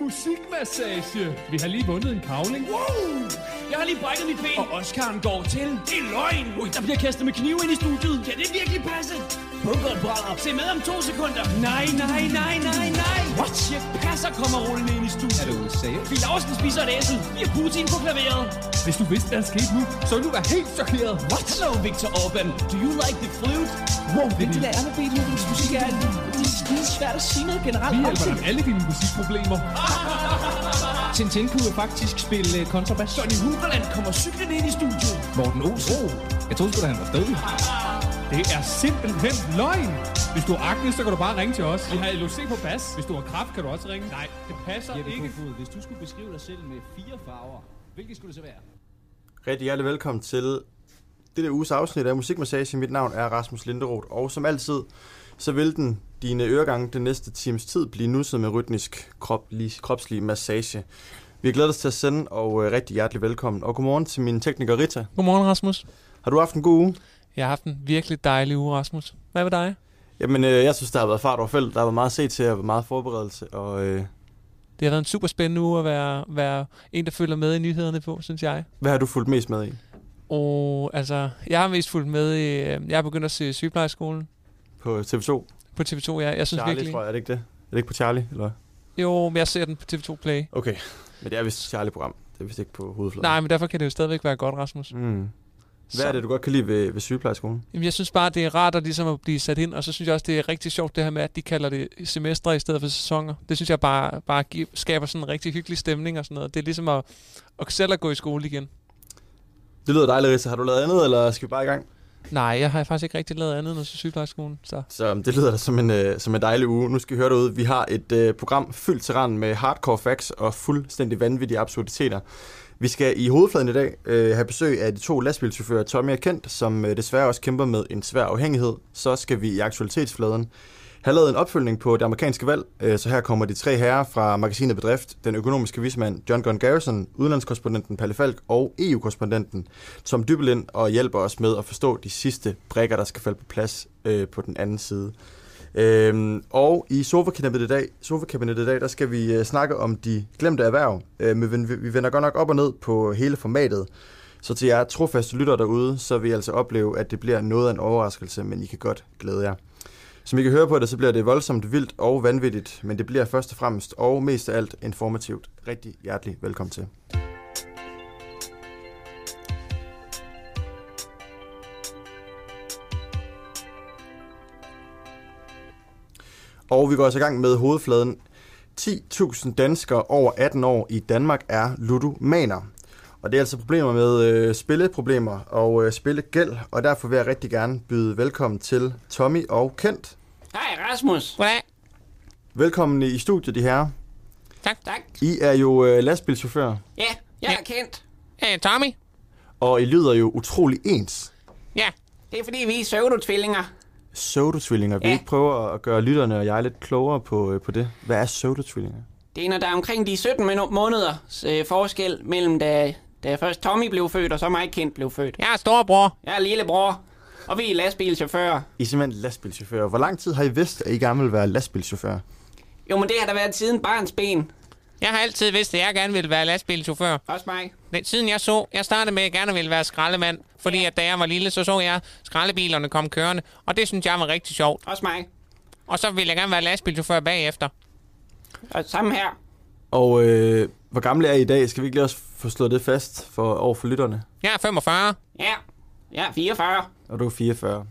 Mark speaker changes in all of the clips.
Speaker 1: Musikmassage. Vi har lige vundet en kavling.
Speaker 2: Wow! Jeg har lige brækket mit ben.
Speaker 3: Og Oscaren går til.
Speaker 2: Det er løgn! Ui, der bliver kastet med knive ind i studiet. Kan det virkelig passe?
Speaker 3: Bunkeren brænder.
Speaker 2: Se med om to sekunder. Nej, nej, nej, nej, nej.
Speaker 3: What?
Speaker 2: Jeg passer kommer rullende ind i studiet.
Speaker 3: Er du ude at sige?
Speaker 2: Vi Lausen spiser et æsel. Vi har Putin på klaveret.
Speaker 1: Hvis du vidste, hvad der skete nu, så ville du være helt chokeret.
Speaker 3: What?
Speaker 2: Hello, Victor Orbán. Do you like the flute?
Speaker 1: Wow,
Speaker 3: Men det der er med Beethovens musik er, at det er skide svært at sige noget generelt.
Speaker 1: Vi
Speaker 3: om
Speaker 1: hjælper
Speaker 3: det.
Speaker 1: dig med alle dine musikproblemer.
Speaker 3: Tintin kunne jo faktisk spille øh, kontrabas.
Speaker 2: Johnny Huberland kommer cyklen ind i studiet.
Speaker 3: Morten Olsen. Oh. Jeg troede sgu da, han var død.
Speaker 1: Det er simpelthen løgn. Hvis du har akne, så kan du bare ringe til os. Vi har LOC på bas. Hvis du har kraft, kan du også ringe. Nej, det passer ikke.
Speaker 3: Kofod, hvis du skulle beskrive dig selv med fire farver, hvilke skulle det så være?
Speaker 4: Rigtig hjertelig velkommen til dette uges afsnit af Musikmassage. Mit navn er Rasmus Linderoth, og som altid, så vil den dine øregange den næste times tid blive nusset med rytmisk krop, kropslig massage. Vi glæder os til at sende, og øh, rigtig hjertelig velkommen. Og godmorgen til min tekniker Rita.
Speaker 5: Godmorgen, Rasmus.
Speaker 4: Har du haft en god uge?
Speaker 5: Jeg har haft en virkelig dejlig uge, Rasmus. Hvad med dig?
Speaker 4: Jamen, øh, jeg synes, der har været fart over felt. Der har været meget at se til, og meget forberedelse, og... Øh,
Speaker 5: Det har været en super spændende uge at være, være en, der følger med i nyhederne på, synes jeg.
Speaker 4: hvad har du fulgt mest med i?
Speaker 5: Og altså, jeg har mest fulgt med i... øh, Jeg er begyndt at se sygeplejeskolen
Speaker 4: På TV2?
Speaker 5: på TV2. Jeg, jeg synes
Speaker 4: Charlie,
Speaker 5: virkelig...
Speaker 4: tror jeg. Er det ikke det? Er det ikke på Charlie? Eller?
Speaker 5: Jo, men jeg ser den på TV2 Play.
Speaker 4: Okay, men det er vist Charlie-program. Det er vist ikke på hovedfladen.
Speaker 5: Nej, men derfor kan det jo stadigvæk være godt, Rasmus.
Speaker 4: Mm. Hvad
Speaker 5: Så-
Speaker 4: er det, du godt kan lide ved, ved sygeplejerskolen?
Speaker 5: Jamen, jeg synes bare, det er rart at, ligesom at blive sat ind, og så synes jeg også, det er rigtig sjovt det her med, at de kalder det semestre i stedet for sæsoner. Det synes jeg bare, bare gi- skaber sådan en rigtig hyggelig stemning og sådan noget. Det er ligesom at, at selv at gå i skole igen.
Speaker 4: Det lyder dejligt, Rissa. Har du lavet andet, eller skal vi bare i gang?
Speaker 5: Nej, jeg har faktisk ikke rigtig lavet andet end at se sygeplejerskolen, så...
Speaker 4: Så um, det lyder da som en, øh, som en dejlig uge. Nu skal I høre derude. Vi har et øh, program fyldt til randen med hardcore facts og fuldstændig vanvittige absurditeter. Vi skal i hovedfladen i dag øh, have besøg af de to lastbilchauffører Tommy og Kent, som øh, desværre også kæmper med en svær afhængighed. Så skal vi i aktualitetsfladen have lavet en opfølgning på det amerikanske valg, øh, så her kommer de tre herrer fra magasinet Bedrift, den økonomiske vismand John Gunn Garrison, udenlandskorrespondenten Palle Falk og E EU-korrespondenten Tom Dybelind og hjælper os med at forstå de sidste brækker, der skal falde på plads øh, på den anden side. Øhm, og i sofakabinettet i dag, sofakabinettet i dag, der skal vi øh, snakke om de glemte erhverv, øh, men vi, vi vender godt nok op og ned på hele formatet. Så til jer trofaste lytter derude, så vil I altså opleve, at det bliver noget af en overraskelse, men I kan godt glæde jer. Som I kan høre på det, så bliver det voldsomt vildt og vanvittigt, men det bliver først og fremmest og mest af alt informativt. Rigtig hjertelig velkommen til. Og vi går også i gang med hovedfladen. 10.000 danskere over 18 år i Danmark er ludomaner. Og det er altså problemer med øh, spilleproblemer og øh, spillegæld, og derfor vil jeg rigtig gerne byde velkommen til Tommy og Kent.
Speaker 2: Hej, Rasmus.
Speaker 5: Goddag.
Speaker 4: Velkommen i studiet, de herrer.
Speaker 5: Tak. Tak.
Speaker 4: I er jo øh, lastbilchauffører,
Speaker 2: Ja, jeg er kendt.
Speaker 5: Hey, Tommy.
Speaker 4: og I lyder jo utrolig ens.
Speaker 5: Ja.
Speaker 2: Det er fordi, vi er søvdotvillinger.
Speaker 4: Sodotvillinger. Vil I
Speaker 2: Ja.
Speaker 4: ikke prøve at gøre lytterne og jeg lidt klogere på, øh, på det? Hvad er sodotvillinger?
Speaker 2: Det er, når der er omkring de 17 minu- måneders øh, forskel mellem da, da først Tommy blev født, og så mig kendt blev født.
Speaker 5: Jeg er storebror.
Speaker 2: Jeg er lillebror, og vi er lastbilchauffører.
Speaker 4: I er simpelthen lastbilchauffører. Hvor lang tid har I vidst, at I gerne vil være lastbilchauffører?
Speaker 2: Jo, men det har der været siden barns ben.
Speaker 5: Jeg har altid vidst, at jeg gerne ville være lastbilchauffør.
Speaker 2: Også mig.
Speaker 5: Men siden jeg så, jeg startede med, at jeg gerne ville være skraldemand. Fordi at da jeg var lille, så så jeg skraldebilerne komme kørende. Og det synes jeg var rigtig sjovt.
Speaker 2: Også mig.
Speaker 5: Og så ville jeg gerne være lastbilchauffør bagefter.
Speaker 2: Og sammen her.
Speaker 4: Og øh, hvor gamle er I i dag? Skal vi ikke lige også få slået det fast for, over for lytterne?
Speaker 5: Jeg er 45.
Speaker 2: Ja. Jeg er 44.
Speaker 4: Og du er 44.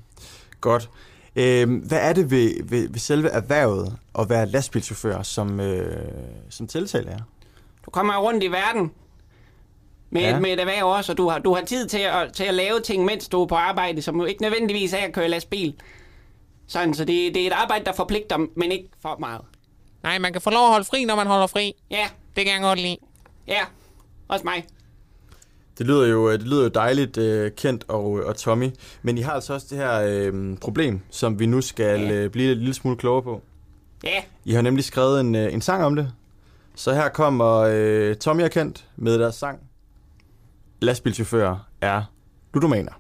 Speaker 4: Godt. Øh, hvad er det ved, ved, ved selve erhvervet at være lastbilchauffør, som, øh, som tiltaler jer?
Speaker 2: Du kommer rundt i verden. Med,
Speaker 4: Ja.
Speaker 2: ja. med et erhverv også, og du har, du har tid til at, til at lave ting, mens du er på arbejde, som jo ikke nødvendigvis er at køre lastbil. Sådan, så det, det er et arbejde, der forpligter, men ikke for meget.
Speaker 5: Nej, man kan få lov at holde fri, når man holder fri.
Speaker 2: Ja,
Speaker 5: Det kan jeg godt lide.
Speaker 2: ja. Også mig.
Speaker 4: Det lyder jo, det lyder jo dejligt, øh, Kent og, og Tommy. Men I har altså også det her øh, problem, som vi nu skal
Speaker 2: Ja.
Speaker 4: øh, blive lidt lille smule klogere på.
Speaker 2: Ja,
Speaker 4: I har nemlig skrevet en, øh, en sang om det. Så her kommer øh, Tommy og Kent med deres sang. Lastbilchauffører er ludomaner.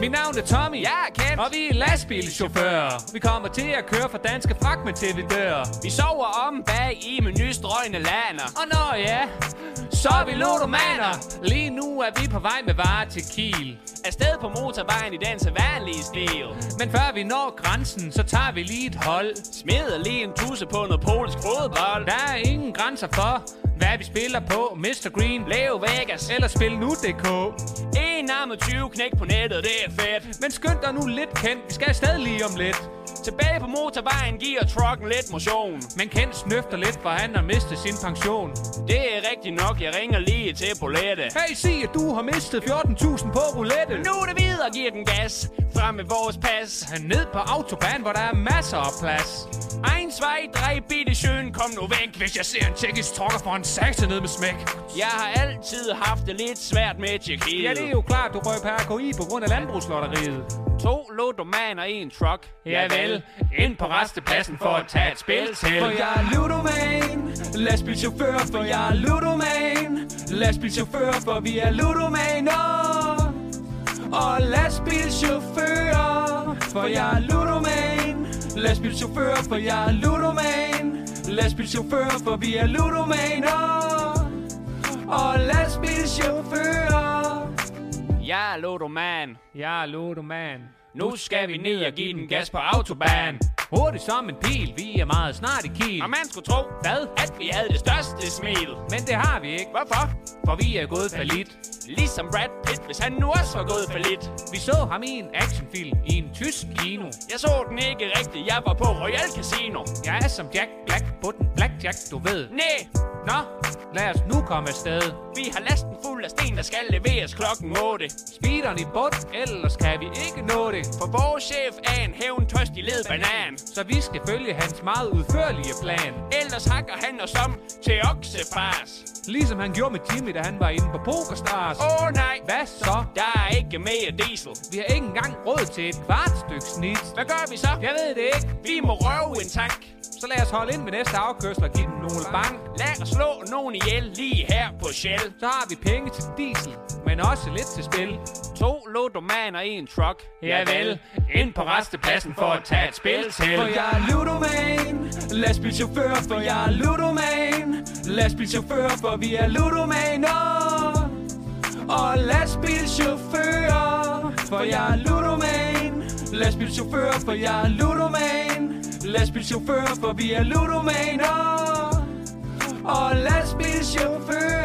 Speaker 6: Mit navn er Tommy, ja, Kent. og vi er lastbilchauffører. Vi kommer til at køre fra danske fragtmænd til vi dør. Vi sover om bag i menystrøgne lander. Og når ja, så er vi ludomaner. Lige nu er vi på vej med varer til Kiel. Afsted på motorvejen i den sædvanlige stil. Men før vi når grænsen, så tager vi lige et hold. Smider lige en tusse på noget polsk fodbold. Der er ingen grænser for, hvad vi spiller på. Mr. Green, Leo Vegas eller Spil Nu.dk. En arm og 20 knæk på nettet, det er fedt. Men skynd dig nu lidt, Kent. Vi skal afsted lige om lidt. Tilbage på motorvejen giver trucken lidt motion. Men Kent snøfter lidt, for han har mistet sin pension. Det er rigtigt nok, jeg ringer lige til Bolette. Hey, sig, at du har mistet 14.000 på roulette. Nu er det videre, giver den gas. Frem med vores pas. Ned på autobahn, hvor der er masser af plads. Eins, zwei, drei, bitte schön, kom nu væk. Hvis jeg ser en tjekkisk trucker for en sakse ned med smæk. Jeg har altid haft det lidt svært med Tjekkiet. Ja, det er jo klart, du røg på RKI på grund af landbrugslotteriet. To ludomaner i en truck. Ja vel, ind på restepladsen for at tage et spil til. For jeg er ludoman, lastbilchauffør, for jeg er ludoman, lastbilchauffør, for vi er ludomaner. Og lastbilchauffør, for jeg er ludoman, lastbilchauffør, for jeg er ludoman, lastbilchauffør, for vi er ludomaner. Og lastbilchauffør, jeg er ludoman. Jeg er ludoman. Nu skal vi ned og give den gas på autobahn. Hurtigt som en pil, vi er meget snart i kiel. Og man skulle tro, hvad? At vi havde det største smil. Men det har vi ikke. Hvorfor? For vi er gået falit. Ligesom Brad Pitt, hvis han nu også var gået falit. Vi så ham i en actionfilm i en tysk kino. Jeg så den ikke rigtigt, jeg var på Royal Casino. Jeg er som Jack Black på den Blackjack, du ved. Næ, Nå, lad os nu komme afsted. Vi har lasten fuld af sten, der skal leveres klokken 8. Speederen i bund, ellers kan vi ikke nå det. For vores chef er en hævntørstig led banan. Så vi skal følge hans meget udførlige plan. Ellers hakker han os om til oksefars. Ligesom han gjorde med Jimmy, da han var inde på Pokerstars. Åh oh, nej, hvad så? Der er ikke mere diesel. Vi har ikke engang råd til et kvart stykke snit. Hvad gør vi så? Jeg ved det ikke. Vi må røve en tank. Så lad os holde ind med næste afkørsel og give den nogle bank. Lad os slå nogen ihjel lige her på Shell. Så har vi penge til diesel, men også lidt til spil. To ludomaner i en truck. Ja vel, ind på restepladsen for at tage et spil til. For jeg er ludoman, lastbilchauffør, for jeg er ludoman. Lastbilchauffør, for vi er ludomaner. Og lastbilchauffør, for jeg er ludoman. Lastbilchauffør, for jeg er ludoman. Lastbilchauffør, for vi er ludomaner. Og lastbilchauffør.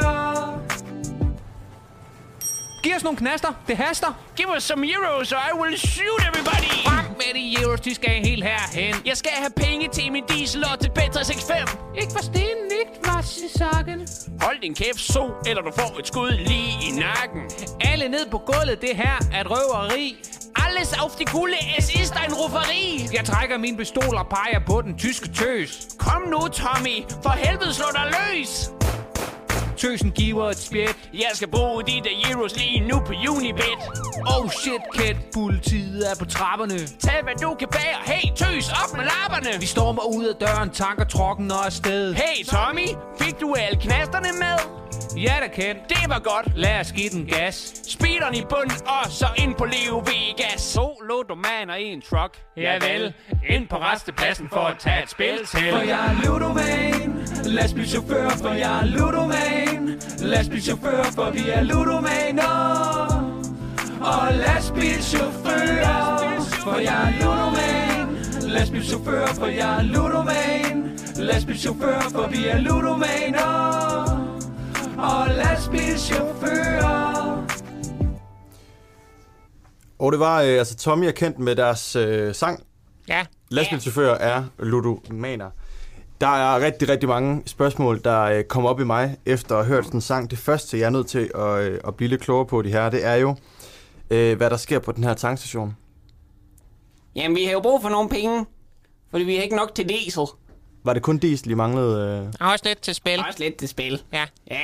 Speaker 6: Giv os nogle knaster. Det haster. Give us some euros, or I will shoot everybody. Frem med de euros, de skal helt herhen. Jeg skal have penge til min diesel og til B365. Ikke for stenen, ikke for sakken. Hold din kæft, så, eller du får et skud lige i nakken. Alle ned på gulvet, det her er et røveri. Alles auf die Kuhle, es ist ein Rufferi. Jeg trækker min pistol og peger på den tyske tøs. Kom nu, Tommy, for helvede slå dig løs. Tøsen giver et spjæt. Jeg skal bruge de der euros lige nu på Unibet. Oh shit, kid. Politiet er på trapperne. Tag hvad du kan bære. Hey, tøs, op med lapperne. Vi stormer ud af døren, tanker trokken og afsted. Hey, Tommy. Fik du alle knasterne med? Ja, da kan. Det var godt. Lad os give den gas. Speederen i bund, og så ind på Leo Vegas. To ludomaner i en truck. Ja vel. Ind på restepladsen for at tage et spil til. For jeg er ludoman. Lastbilchauffør, for jeg er ludoman. Lastbilchauffør, for vi er ludomaner. Og lastbilchauffør, for jeg er ludoman. Lastbilchauffør, for jeg er ludoman. Lastbilchauffør, for vi er ludomaner. Og lastbilchauffør.
Speaker 4: Og det var øh, altså Tommy og Kent med deres øh, sang.
Speaker 6: Ja.
Speaker 4: Lastbilchauffører er ludomaner. Der er rigtig, rigtig mange spørgsmål, der øh, kommer op i mig efter at have hørt sådan en sang. Det første, jeg er nødt til at, øh, at blive lidt klogere på det her, det er jo, øh, hvad der sker på den her tankstation.
Speaker 2: Jamen, vi har jo brug for nogle penge, fordi vi har ikke nok til diesel.
Speaker 4: Var det kun diesel, I manglede? Øh?
Speaker 7: Og også lidt til spil.
Speaker 2: Der er også lidt til spil.
Speaker 7: Ja,
Speaker 2: Ja,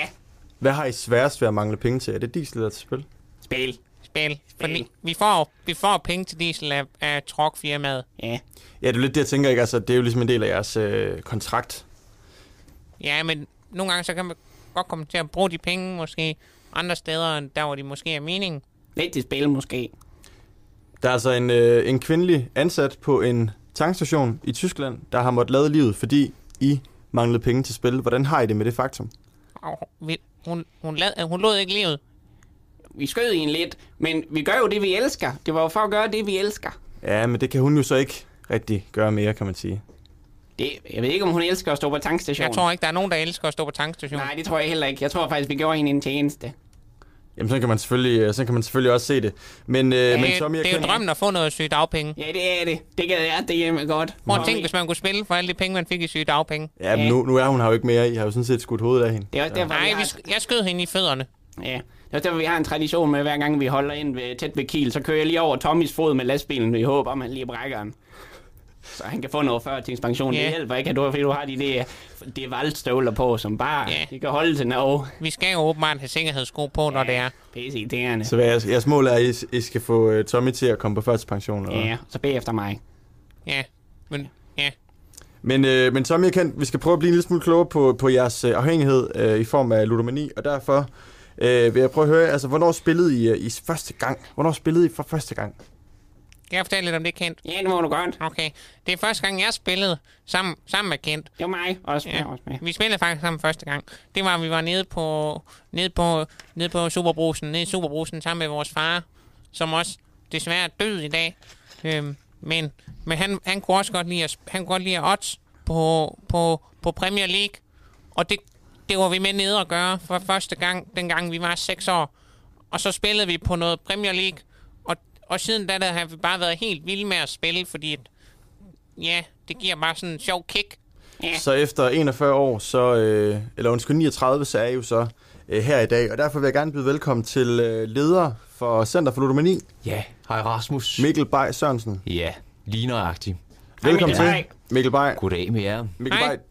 Speaker 4: Hvad har I sværest ved at mangle penge til? Er det diesel, der er til spil?
Speaker 2: spil.
Speaker 7: spil. Fordi vi får, vi får penge til diesel af, af truckfirmaet.
Speaker 2: Ja.
Speaker 4: Ja, det er jo lidt det, jeg tænker, ikke? Altså, det er jo ligesom en del af jeres øh, kontrakt.
Speaker 7: Ja, men nogle gange så kan man godt komme til at bruge de penge måske andre steder, end der hvor de måske er meningen.
Speaker 2: Lidt til spil måske.
Speaker 4: Der er altså en, øh, en kvindelig ansat på en tankstation i Tyskland, der har måttet lade livet, fordi I manglede penge til spil. Hvordan har I det med det faktum?
Speaker 7: Og vi- hun, hun, lad, hun lod ikke livet.
Speaker 2: Vi skød hende lidt, men vi gør jo det, vi elsker. Det var jo for at gøre det, vi elsker.
Speaker 4: Ja, men det kan hun jo så ikke rigtig gøre mere, kan man sige.
Speaker 2: Det, jeg ved ikke, om hun elsker at stå på tankstationen.
Speaker 7: Jeg tror ikke, der er nogen, der elsker at stå på tankstationen.
Speaker 2: Nej, det tror jeg heller ikke. Jeg tror faktisk, vi gjorde hende en tjeneste.
Speaker 4: Jamen, sådan kan man selvfølgelig, øh, sådan kan man selvfølgelig også se det. Men, øh,
Speaker 7: det,
Speaker 4: men
Speaker 7: er, jo-
Speaker 4: Tommy, jeg
Speaker 7: det er jo
Speaker 4: kender-
Speaker 7: drømmen at få noget sygedagpenge.
Speaker 2: Ja, det er det. Det gad jeg det hjemme godt.
Speaker 7: Prøv at tænke, hvis man kunne spille for alle de penge, man fik i sygedagpenge.
Speaker 4: Ja, men nu, nu er hun her jo ikke mere. I har jo sådan set skudt hovedet af hende.
Speaker 2: Det er også derfor,
Speaker 7: Nej,
Speaker 2: vi
Speaker 7: vi,
Speaker 2: har,
Speaker 7: sk- jeg skød hende i fødderne.
Speaker 2: ja. Det er også derfor, vi har en tradition med, hver gang vi holder ind ved, tæt ved Kiel, så kører jeg lige over Tommys fod med lastbilen, i håb om, han lige brækker den. Så han kan få noget før til pension.
Speaker 7: Ja.
Speaker 2: Det hjælper ikke, at du, fordi du har de der de valgstøvler på, som bare
Speaker 7: Ja.
Speaker 2: de kan holde til Norge.
Speaker 7: Vi skal jo åbenbart have sikkerhedssko på, når det er.
Speaker 2: Pisse irriterende.
Speaker 4: Så hvad jeres, jeres mål er, at I, I skal få øh, Tommy til at komme på førtidspension. Eller? hvad?
Speaker 2: Ja, så bag efter mig.
Speaker 7: Ja, men ja.
Speaker 4: Men, øh, men Tommy og Kent, vi skal prøve at blive en lille smule klogere på, på jeres øh, afhængighed øh, i form af ludomani. Og derfor øh, vil jeg prøve at høre, altså, hvornår spillede I, øh, I første gang? Hvornår spillede I for første gang?
Speaker 7: Kan jeg fortælle lidt om det, Kent?
Speaker 2: Ja, det må du godt.
Speaker 7: Okay, det er første gang, jeg spillede sammen, sammen med Kent.
Speaker 2: Det var mig også. Ja.
Speaker 7: Ja.
Speaker 2: også med.
Speaker 7: Vi spillede faktisk sammen første gang. Det var, at vi var nede på, nede på, nede på Superbrusen, nede i Superbrusen sammen med vores far, som også desværre er død i dag. Øhm, men men han, han kunne også godt lide, at, sp- han kunne godt lide at odds på, på, på Premier League. Og det, det var vi med nede at gøre for første gang, dengang vi var 6 år. Og så spillede vi på noget Premier League. Og, og siden da der har vi bare været helt vilde med at spille, fordi at, ja, det giver bare sådan en sjov kick.
Speaker 2: Ja.
Speaker 4: Så efter 41 år, så, øh, eller undskyld, 39, så er I jo så øh, her i dag. Og derfor vil jeg gerne byde velkommen til øh, leder for Center for Ludomani,
Speaker 8: Ja, hej Rasmus.
Speaker 4: Mikkel Bay Sørensen.
Speaker 8: Ja, lige nøjagtigt.
Speaker 4: Velkommen
Speaker 2: Mikkel
Speaker 4: til, Mikkel Bay.
Speaker 8: Goddag med jer.
Speaker 4: Mikkel
Speaker 7: Hej.
Speaker 4: Bay.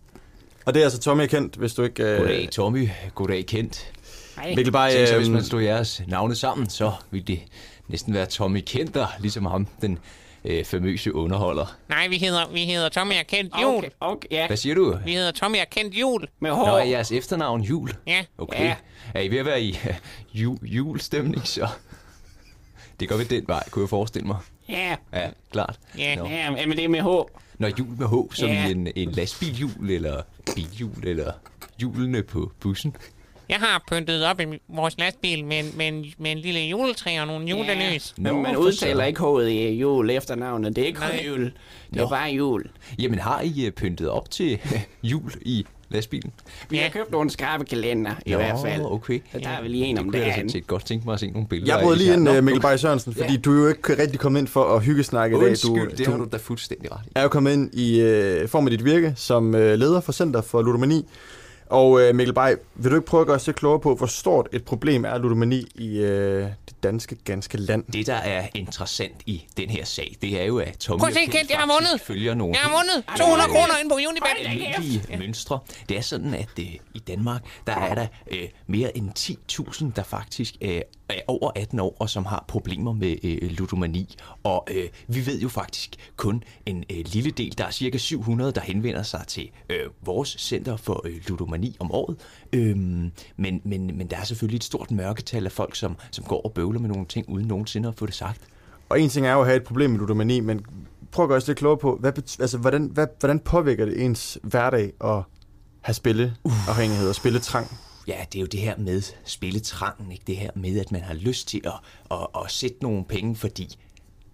Speaker 4: Og det er altså Tommy kendt, hvis du ikke... Øh,
Speaker 8: Goddag Tommy. Goddag Kent.
Speaker 2: Hej.
Speaker 4: Mikkel Bay,
Speaker 8: Tænk så, hvis
Speaker 4: øh,
Speaker 8: man slog jeres navne sammen, så ville det næsten være Tommy Kent, der ligesom ham, den øh, famøse underholder.
Speaker 7: Nej, vi hedder, vi hedder Tommy og Kent Jul.
Speaker 2: Ah, Okay, okay, ja.
Speaker 8: Hvad siger du?
Speaker 7: Vi hedder Tommy og Kent Jul.
Speaker 2: Med
Speaker 8: Nå,
Speaker 2: hår.
Speaker 8: er jeres efternavn Jul?
Speaker 7: Ja.
Speaker 8: Okay.
Speaker 2: Ja.
Speaker 8: Er I ved at være i øh, ju- julstemning, så? Det går ved den vej, kunne jeg forestille mig.
Speaker 2: Ja,
Speaker 8: Ja, klart.
Speaker 7: Ja.
Speaker 8: Nå.
Speaker 2: ja, men det er med H.
Speaker 8: Når jul med H, som
Speaker 2: Ja.
Speaker 8: i en, en lastbilhjul, eller bilhjul, eller hjulene på bussen.
Speaker 7: Jeg har pyntet op i min- vores lastbil med, en- med, en, med en lille juletræ og nogle julelys.
Speaker 8: Nå,
Speaker 2: Men man
Speaker 8: for
Speaker 2: udtaler
Speaker 8: søren.
Speaker 2: ikke H'et i øh, jul efternavnet. Det er ikke kun
Speaker 7: Nej.
Speaker 2: jul. Det er
Speaker 8: Nå.
Speaker 2: bare jul.
Speaker 8: Jamen, har I øh, pyntet op til jul i lastbilen?
Speaker 2: Vi har købt nogle skarpe kalender, i hvert fald.
Speaker 8: okay.
Speaker 2: Så der er vi lige en om
Speaker 8: Det kunne jeg da
Speaker 2: dagen.
Speaker 8: sådan set godt tænke mig at se nogle billeder
Speaker 4: Jeg brød
Speaker 8: af,
Speaker 4: lige
Speaker 8: hvis
Speaker 4: ind,
Speaker 8: jeg-
Speaker 4: øh,
Speaker 8: Nå,
Speaker 4: Mikkel
Speaker 8: okay.
Speaker 4: Bay Sørensen, fordi du er jo ikke rigtig kommet ind for at hyggesnakke i dag. Du,
Speaker 8: Undskyld, det har
Speaker 4: du,
Speaker 8: du da fuldstændig ret i.
Speaker 4: er jo kommet ind i øh, form af dit virke som øh, leder for Center for Ludomani. Og øh, Mikkel Bay, vil du ikke prøve at gøre os lidt klogere på, hvor stort et problem er ludomani i øh, det danske, ganske land?
Speaker 8: Det, der er interessant i den her sag, det er jo, at Tommy
Speaker 7: Prøv at se,
Speaker 8: og
Speaker 7: Kent, jeg har
Speaker 8: faktisk
Speaker 7: vundet.
Speaker 8: følger nogle
Speaker 7: Jeg har
Speaker 8: helt
Speaker 7: vundet 200 kroner inde på Unibet.
Speaker 8: almindelige mønstre. Det er sådan, at øh, i Danmark, der er der øh, mere end 10.000, der faktisk øh, er over 18 år, og som har problemer med øh, ludomani. Og øh, vi ved jo faktisk kun en øh, lille del. Der er cirka 700, der henvender sig til øh, vores center for øh, ludomani om året. Øhm, men, men, men der er selvfølgelig et stort mørketal af folk, som, som går og bøvler med nogle ting, uden nogensinde at få det sagt.
Speaker 4: Og en ting er jo at have et problem med ludomani, men prøv at gøre os lidt klogere på, hvad, bet- altså, hvordan, hvad, hvordan påvirker det ens hverdag at have spilleafhængighed og spilletrang?
Speaker 8: Ja, det er jo det her med spilletrangen, ikke? Det her med, at man har lyst til at, at, at sætte nogle penge, fordi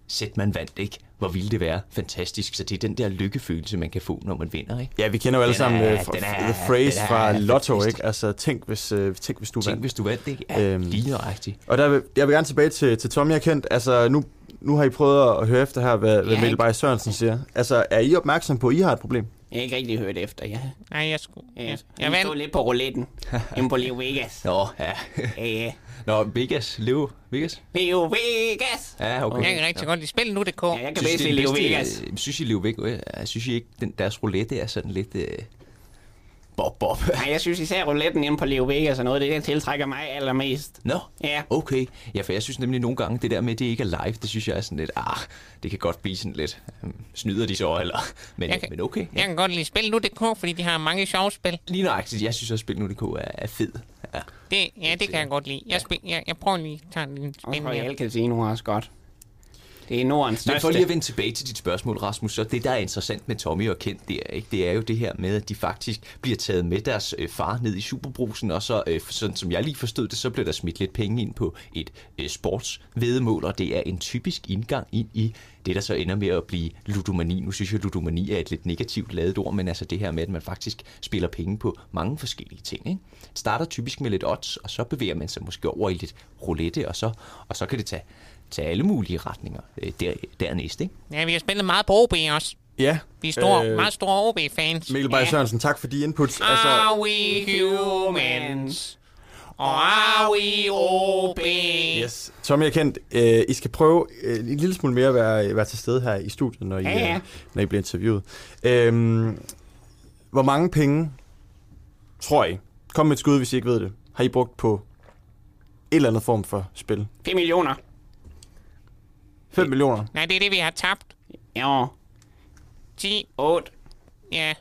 Speaker 8: sæt man vandt, ikke? Hvor ville det være fantastisk. Så det er den der lykkefølelse, man kan få, når man vinder, ikke?
Speaker 4: Ja, vi kender jo alle
Speaker 8: Den
Speaker 4: sammen
Speaker 8: er-
Speaker 4: øh, fra,
Speaker 8: den er-
Speaker 4: the phrase
Speaker 8: den er
Speaker 4: fra Lotto,
Speaker 8: fantastisk.
Speaker 4: ikke? Altså, tænk hvis, øh, tænk, hvis du
Speaker 8: Tænk,
Speaker 4: vandt.
Speaker 8: hvis du vandt, ikke? Ja,
Speaker 4: Øhm.
Speaker 8: øhm. lige nøjagtigt.
Speaker 4: Og der vil, jeg vil gerne tilbage til, til Tommy, jeg kendt. Altså, nu, nu har I prøvet at høre efter her, hvad, hvad
Speaker 7: Ja,
Speaker 4: Mikkel
Speaker 7: ikke?
Speaker 4: Bay Sørensen siger. Altså, er I opmærksom på, at I har et problem?
Speaker 2: Jeg har ikke rigtig hørt efter, ja.
Speaker 7: Nej, jeg skulle...
Speaker 2: Ja,
Speaker 7: Jeg, jeg
Speaker 2: Jeg stod
Speaker 7: vandt.
Speaker 2: lidt på rouletten. Hjemme på Leo Vegas.
Speaker 8: Nå, ja.
Speaker 2: Ja, ja.
Speaker 8: Nå, Vegas, Leo, Vegas.
Speaker 2: Leo Vegas!
Speaker 8: Ja, okay.
Speaker 7: Jeg kan rigtig godt lide spille nu, det
Speaker 2: Ja, jeg kan
Speaker 8: Synes,
Speaker 2: bedst
Speaker 8: det
Speaker 2: lide
Speaker 8: er
Speaker 2: Leo
Speaker 8: den bedste,
Speaker 2: Vegas.
Speaker 8: øh, Synes I Leo Vegas? Ja, synes I ikke, den deres roulette er sådan lidt... Øh, bob, bob.
Speaker 2: Nej, jeg synes især rouletten inde på Leo Vegas er noget, af det der tiltrækker mig allermest.
Speaker 8: Nå,
Speaker 2: Ja.
Speaker 8: okay. Ja, for jeg synes nemlig nogle gange, det der med, at det ikke er live, det synes jeg er sådan lidt, ah, det kan godt blive sådan lidt, hmm, snyder de så, eller, men,
Speaker 7: Jeg
Speaker 8: okay.
Speaker 7: kan-
Speaker 8: men okay.
Speaker 7: Jeg
Speaker 8: Ja.
Speaker 7: kan godt lide spille nu.dk, fordi de har mange sjove spil.
Speaker 8: Lige nøjagtigt, jeg synes også, at Spil NuDK er, er fed. Ja.
Speaker 7: Det, ja, det kan jeg godt lide. Jeg, spil, jeg, jeg prøver lige at tage en
Speaker 2: Og
Speaker 7: spil
Speaker 2: Royal
Speaker 7: mere.
Speaker 2: Casino er også godt. Det er Nordens
Speaker 8: Men
Speaker 2: største.
Speaker 8: for lige at vende tilbage til dit spørgsmål, Rasmus, så det, der er interessant med Tommy og Kent, det er, ikke, det er jo det her med, at de faktisk bliver taget med deres øh, far ned i superbrusen, og så, øh, sådan som jeg lige forstod det, så bliver der smidt lidt penge ind på et øh, sportsvedemål, og det er en typisk indgang ind i det, der så ender med at blive ludomani. Nu synes jeg, at ludomani er et lidt negativt lavet ord, men altså det her med, at man faktisk spiller penge på mange forskellige ting. Ikke? Det starter typisk med lidt odds, og så bevæger man sig måske over i lidt roulette, og så, og så kan det tage til alle mulige retninger øh, der, dernæst, ikke?
Speaker 7: Ja, vi har spillet meget på OB også.
Speaker 4: Ja.
Speaker 7: Vi er store, øh, meget store OB-fans.
Speaker 4: Mikkel Bayer Sørensen, tak for de inputs.
Speaker 8: Ah.
Speaker 4: Altså,
Speaker 2: altså-
Speaker 7: Are we humans? Or are we OB?
Speaker 4: Yes. Tommy og Kent, øh, I skal prøve øh, en lille smule mere at være, være til stede her i studiet, når I,
Speaker 2: Ja, ja.
Speaker 4: øh, når I bliver interviewet. Øhm, hvor mange penge, tror I, kom med et skud, hvis I ikke ved det, har I brugt på et eller andet form for spil?
Speaker 2: 5 millioner.
Speaker 4: 5 millioner?
Speaker 7: Nej, det er det, vi har tabt.
Speaker 2: Ja,
Speaker 7: 10,
Speaker 2: 8.
Speaker 7: ja,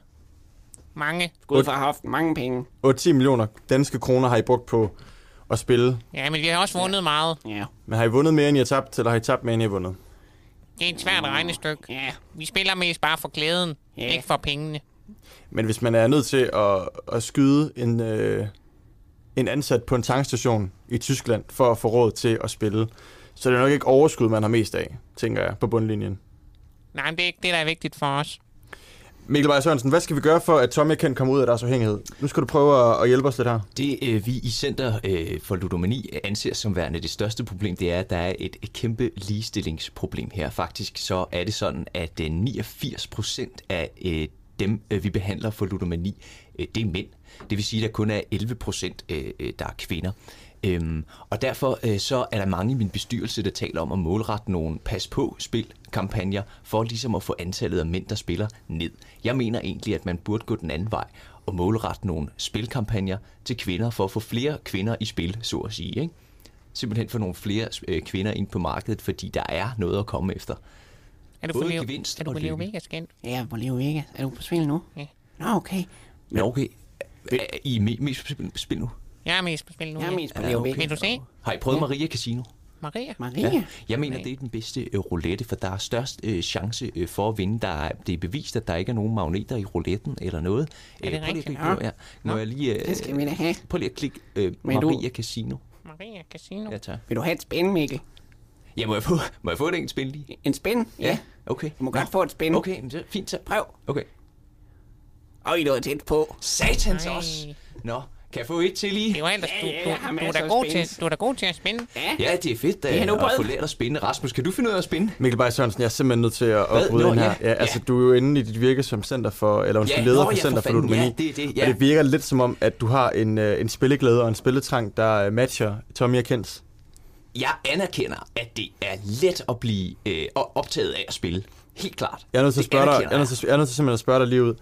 Speaker 7: mange.
Speaker 2: Gud for har haft mange penge.
Speaker 4: 8-10 millioner danske kroner har I brugt på at spille.
Speaker 7: Ja, men vi har også vundet meget.
Speaker 2: Ja,
Speaker 4: Men har I vundet mere, end I har tabt, eller har I tabt mere, end I har vundet?
Speaker 7: Det er et svært regnestykke.
Speaker 2: ja.
Speaker 7: Vi spiller mest bare for glæden,
Speaker 2: Ja.
Speaker 7: ikke for pengene.
Speaker 4: Men hvis man er nødt til at, at skyde en, øh, en ansat på en tankstation i Tyskland for at få råd til at spille, så er det nok ikke overskud, man har mest af, tænker jeg, på bundlinjen.
Speaker 7: Nej, men det er ikke det, der er vigtigt for os.
Speaker 4: Mikkel Bayer Sørensen, hvad skal vi gøre for, at Tommy kan komme ud af deres afhængighed? Nu skal du prøve at, at hjælpe os lidt her.
Speaker 8: Det øh, vi i Center øh, for Ludomani anser som værende det største problem, det er, at der er et, et kæmpe ligestillingsproblem her. Faktisk så er det sådan, at øh, 89 procent af øh, dem, øh, vi behandler for ludomani, øh, det er mænd. Det vil sige, at der kun er 11 procent, øh, øh, der er kvinder. Øhm, og derfor øh, så er der mange i min bestyrelse, der taler om at målrette nogle pas på spil kampagner for ligesom at få antallet af mænd, der spiller ned. Jeg mener egentlig, at man burde gå den anden vej og målrette nogle spilkampagner til kvinder for at få flere kvinder i spil, så at sige. Ikke? Simpelthen få nogle flere øh, kvinder ind på markedet, fordi der er noget at komme efter.
Speaker 7: Er du
Speaker 8: Både
Speaker 7: på Leo,
Speaker 8: gevinst
Speaker 7: er du
Speaker 8: og
Speaker 7: på Leo
Speaker 8: lykke.
Speaker 7: Mega skændt?
Speaker 2: Ja, hvor lever ikke? Er du på spil nu?
Speaker 7: Ja.
Speaker 2: Nå, okay.
Speaker 8: Men okay, er er I me- mest på spil- spil nu?
Speaker 7: Jeg er mest på spil nu.
Speaker 2: Jeg er
Speaker 7: ja.
Speaker 2: mest på Leo
Speaker 7: Vil du se?
Speaker 8: Har I prøvet Maria Casino?
Speaker 7: Maria?
Speaker 2: Maria? Ja.
Speaker 8: Jeg mener, det er den bedste øh, roulette, for der er størst øh, chance øh, for at vinde. Der er, det er bevist, at der ikke er nogen magneter i rouletten eller noget. Øh, Er
Speaker 7: det rigtigt?
Speaker 8: Nå, ja. Må jeg lige... Øh,
Speaker 2: Det skal vi da have.
Speaker 8: Prøv lige at klikke øh,
Speaker 2: Men du-
Speaker 8: Maria Casino.
Speaker 7: Maria Casino.
Speaker 8: Ja, tak.
Speaker 2: Vil du have et spænd, Mikkel?
Speaker 8: Ja, må jeg få, må jeg få et enkelt spil lige?
Speaker 2: En spænd? Ja. ja.
Speaker 8: Okay.
Speaker 2: Du må godt få et spænd.
Speaker 8: Okay, men det er fint så.
Speaker 2: Prøv.
Speaker 8: Okay.
Speaker 2: Og I nåede tæt på.
Speaker 8: Satans
Speaker 7: Ej.
Speaker 8: også. Nå, kan jeg få et til
Speaker 7: Det
Speaker 8: lige?
Speaker 7: var ellers,
Speaker 2: Ja,
Speaker 7: du,
Speaker 2: ja,
Speaker 7: du,
Speaker 2: jeg har
Speaker 7: du, er da
Speaker 2: masser af
Speaker 7: god
Speaker 2: spin.
Speaker 7: til, du er da god til at spænde.
Speaker 2: Ja.
Speaker 8: Ja, det er fedt da,
Speaker 2: Det er nu
Speaker 8: at
Speaker 2: brød.
Speaker 8: få lært at spinde. Rasmus, kan du finde ud af at spinde?
Speaker 4: Mikkel Bayer Sørensen, jeg er simpelthen nødt til at
Speaker 8: Hvad?
Speaker 4: opbryde
Speaker 8: Nå,
Speaker 4: ind her.
Speaker 8: ja.
Speaker 4: Ja, altså, du er jo inde i dit virke som center for, eller undskyld,
Speaker 8: Ja,
Speaker 4: leder
Speaker 8: nå,
Speaker 4: for
Speaker 8: ja, for
Speaker 4: Center for
Speaker 8: fanden.
Speaker 4: Ludomani.
Speaker 8: Ja, det er det, ja.
Speaker 4: Og det virker lidt som om, at du har en, øh, en spilleglæde og en spilletræng, der øh, matcher Tommy og Kents.
Speaker 8: Jeg anerkender, at det er let at blive øh, optaget af at spille. Helt klart.
Speaker 4: Jeg er nødt til at
Speaker 8: Det
Speaker 4: spørge dig,
Speaker 8: anerkender
Speaker 4: jeg er nødt til, jeg er nødt til simpelthen at spørge dig lige ud.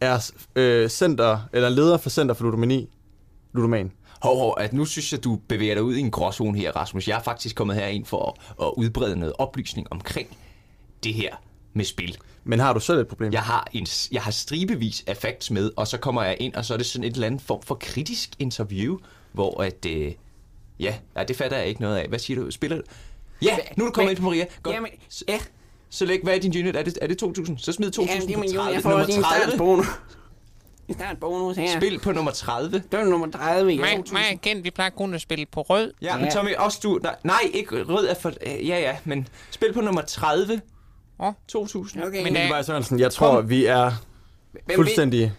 Speaker 4: Er øh, center, eller leder for Center for Ludomani, Ludoman?
Speaker 8: Hov, hov, at nu synes jeg, du bevæger dig ud i en gråzone her, Rasmus. Jeg er faktisk kommet herind for at, at udbrede noget oplysning omkring det her med spil.
Speaker 4: Men har du selv et problem?
Speaker 8: Jeg har, en, s- jeg har stribevis af facts med, og så kommer jeg ind, og så er det sådan et eller andet form for kritisk interview, hvor at... Øh, ja, nej, det fatter jeg ikke noget af. Hvad siger du? Spiller du? Ja, nu er du kommet
Speaker 2: men-
Speaker 8: ind på Maria. Godt.
Speaker 2: Jamen,
Speaker 8: S-
Speaker 2: ja.
Speaker 8: Så læg, hvad er din unit? Er det, er det 2.000? Så smid 2.000
Speaker 2: Ja, det er
Speaker 8: på
Speaker 2: min jord.
Speaker 8: 30,
Speaker 2: Jeg får
Speaker 8: nummer
Speaker 2: også lige en
Speaker 8: 30.
Speaker 2: startbonus. En startbonus her.
Speaker 8: Spil på nummer 30.
Speaker 2: Det var nummer 30, Mikkel.
Speaker 7: Mig, mig og Kent, vi plejer kun at spille på rød.
Speaker 8: Ja, men Tommy, også du... Nej, nej ikke rød er for... øh, Ja, ja, men spil på nummer 30.
Speaker 7: Åh.
Speaker 8: 2.000.
Speaker 2: Okay.
Speaker 7: Men
Speaker 2: Men,
Speaker 7: der-
Speaker 4: Nikolaj Sørensen, jeg tror, Kom. vi er
Speaker 2: Hvem
Speaker 4: fuldstændig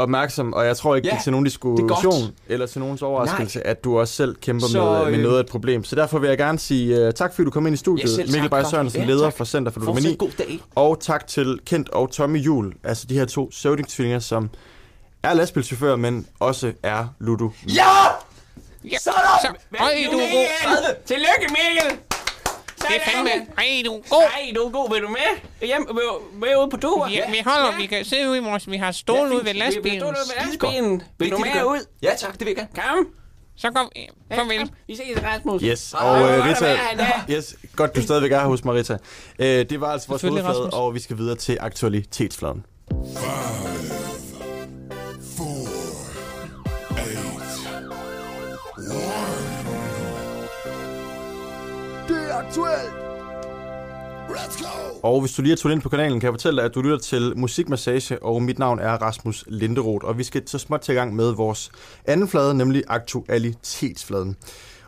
Speaker 4: opmærksom, og jeg tror ikke,
Speaker 8: Ja,
Speaker 4: det er til nogen
Speaker 8: det er
Speaker 4: diskussion
Speaker 8: godt.
Speaker 4: eller til nogens overraskelse, Nej. at du også selv kæmper
Speaker 8: Så,
Speaker 4: med, øh, med
Speaker 8: øh,
Speaker 4: noget af et problem. Så derfor vil jeg gerne sige uh, tak, fordi du kom ind i
Speaker 8: Ja,
Speaker 4: studiet.
Speaker 8: selv tak,
Speaker 4: Mikkel Bayer
Speaker 8: Rasmus.
Speaker 4: Sørensen,
Speaker 8: Ja,
Speaker 4: leder
Speaker 8: tak.
Speaker 4: for Center for
Speaker 8: Fortsat
Speaker 4: Ludomani.
Speaker 8: god dag.
Speaker 4: Og tak til Kent og Tommy Jul, altså de her to søvdingstvillinger, som er lastbilchauffører, men også er Ludo.
Speaker 8: Ja!
Speaker 7: Ja.
Speaker 8: Sådan!
Speaker 7: Så, øj, du er god.
Speaker 2: Tillykke, Mikkel!
Speaker 7: Det er fandme... Ej, du er god.
Speaker 2: Ej, du er god. Vil du med? Hjem, vil, vil ud på tur?
Speaker 7: Vi, vi holder, vi kan sidde ude i vores... Vi har stål ude ved
Speaker 2: Vi
Speaker 7: lastbilen.
Speaker 2: stod ved lastbilen. Vil du
Speaker 8: Vigtigt,
Speaker 2: med
Speaker 8: du gør.
Speaker 2: ud?
Speaker 8: Ja tak, det vil jeg gerne.
Speaker 2: Kom.
Speaker 7: Så kom, kom vel.
Speaker 2: Vi ses, Rasmus.
Speaker 4: Yes, og øh,
Speaker 2: Åh,
Speaker 4: Rita,
Speaker 2: hvad er det?
Speaker 4: yes, godt du stadigvæk er her hos Marita. Øh, det var altså vores
Speaker 5: Selvfølgelig,
Speaker 4: hovedflade,
Speaker 5: Rasmus.
Speaker 4: og vi skal videre til aktualitetsfladen. Det er aktuelt! Og hvis du lige er tunet ind på kanalen, kan jeg fortælle dig, at du lytter til Musikmassage, og mit navn er Rasmus Linderoth, og vi skal så småt til i gang med vores anden flade, nemlig aktualitetsfladen.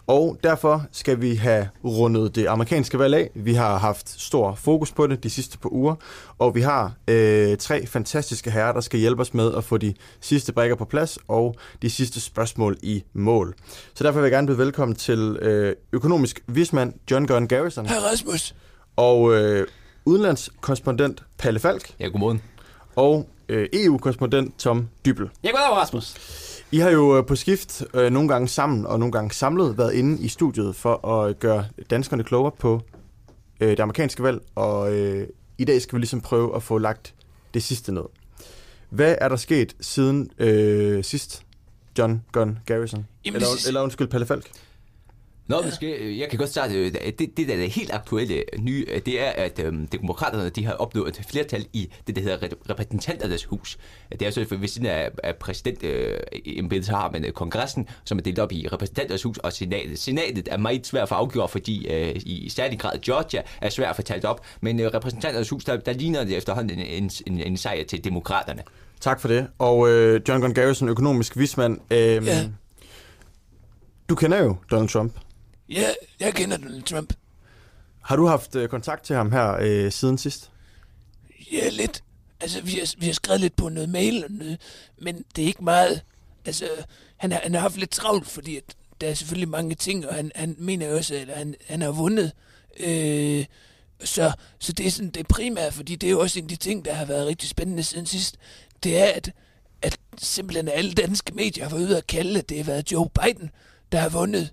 Speaker 4: Og derfor skal vi have rundet det amerikanske valg af. Vi har haft stor fokus på det de sidste par uger, og vi har øh, tre fantastiske herrer, der skal hjælpe os med at få de sidste brækker på plads og de sidste spørgsmål i mål. Så derfor vil jeg gerne byde velkommen til øh, økonomisk vismand John Gunn Garrison.
Speaker 9: Hej Rasmus.
Speaker 4: Og øh, udenlandskorrespondent Palle Falk.
Speaker 8: Ja, godmorgen.
Speaker 4: Og øh, EU-korrespondent Tom Dybel.
Speaker 2: Jeg går over, Rasmus.
Speaker 4: I har jo øh, på skift øh, nogle gange sammen og nogle gange samlet været inde i studiet for at øh, gøre danskerne klogere på øh, det amerikanske valg, og øh, i dag skal vi ligesom prøve at få lagt det sidste ned. Hvad er der sket siden øh, sidst, John Gunn Garrison?
Speaker 9: Jamen, det
Speaker 4: eller,
Speaker 9: sidste-
Speaker 4: eller undskyld, Palle Falk.
Speaker 8: Nå, men skal, øh, jeg kan godt starte. øh, Det, det der er det helt aktuelle nye, øh, det er, at øhm, demokraterne de har opnået et flertal i det, der hedder rep- repræsentanternes hus. Øh, Det er selvfølgelig ved siden af, af præsidentembedet, øh, så har man øh, kongressen, som er delt op i repræsentanternes hus og senatet. Senatet er meget svært for afgjort, fordi øh, i særlig grad Georgia er svært at få talt op, men øh, repræsentanternes hus, der, der ligner det efterhånden en, en, en, en sejr til demokraterne.
Speaker 4: Tak for det. Og øh, John Gunn Garrison, økonomisk vismand. Øh,
Speaker 9: Ja.
Speaker 4: Du kender jo Donald Trump.
Speaker 9: Ja, jeg kender Donald Trump.
Speaker 4: Har du haft øh, kontakt til ham her øh, siden sidst?
Speaker 9: Ja, lidt. Altså, vi har, vi har skrevet lidt på noget mail, og noget, men det er ikke meget. Altså, han har, han har haft lidt travlt, fordi at der er selvfølgelig mange ting, og han, han mener jo også, at han, han har vundet. Øh, så, så det er sådan det primære, fordi det er jo også en af de ting, der har været rigtig spændende siden sidst. Det er, at, at simpelthen alle danske medier har været ude og kalde, at det har været Joe Biden, der har vundet.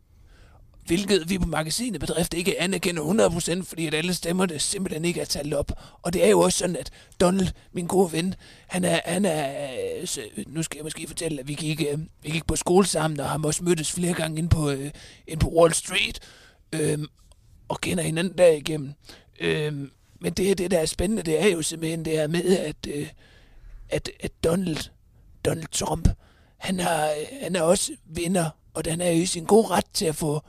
Speaker 9: hvilket vi på magasinet bedrift ikke anerkender 100%, fordi at alle stemmer det simpelthen ikke er talt op. Og det er jo også sådan, at Donald, min gode ven, han er, han er øh, så, nu skal jeg måske fortælle, at vi gik, øh, vi gik på skole sammen, og har også mødtes flere gange inde på, øh, inde på Wall Street, øh, og kender hinanden derigennem. Øh, men det, det, der er spændende, det er jo simpelthen det her med, at, øh, at, at Donald, Donald Trump, han, har, øh, han er også vinder, og den er jo i sin gode ret til at få,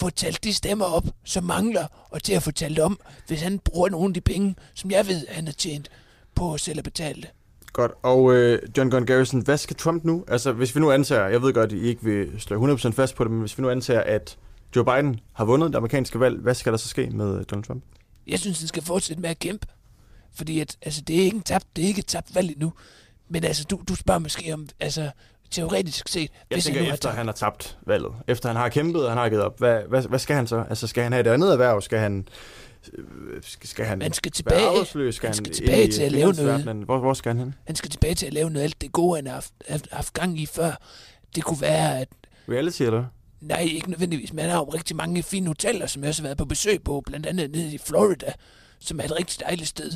Speaker 9: få talt de stemmer op, som mangler, og til at få talt om, hvis han bruger nogle af de penge, som jeg ved, han har tjent på at selv at betale det.
Speaker 4: Godt. Og øh, John Gunn Garrison, hvad skal Trump nu? Altså, hvis vi nu antager, jeg ved godt, I ikke vil slå 100% fast på det, men hvis vi nu antager, at Joe Biden har vundet det amerikanske valg, hvad skal der så ske med øh, Donald Trump?
Speaker 9: Jeg synes, han skal fortsætte med at kæmpe. Fordi at, altså, det er ikke en tabt, det er ikke et tabt valg endnu. Men altså, du, du spørger måske om, altså, teoretisk set,
Speaker 4: Jeg
Speaker 9: hvis
Speaker 4: tænker,
Speaker 9: han nu har
Speaker 4: efter
Speaker 9: tabt.
Speaker 4: han har tabt valget, efter han har kæmpet, og han har givet op, hvad, hvad, hvad skal han så? Altså, skal han have et andet erhverv? Skal han... øh, Skal, skal han
Speaker 9: Man skal
Speaker 4: være
Speaker 9: tilbage.
Speaker 4: arbejdsløs? Skal
Speaker 9: Man
Speaker 4: han,
Speaker 9: skal
Speaker 4: ind
Speaker 9: tilbage
Speaker 4: i
Speaker 9: til at lave noget.
Speaker 4: finansverdenen? Hvor, hvor skal han hen?
Speaker 9: Han skal tilbage til at lave noget af alt det gode, han har haft, haft, haft gang i før. Det kunne være, at
Speaker 4: Reality, eller hvad?
Speaker 9: Nej, ikke nødvendigvis, men han har jo rigtig mange fine hoteller, som jeg også har været på besøg på, blandt andet nede i Florida, som er et rigtig dejligt sted.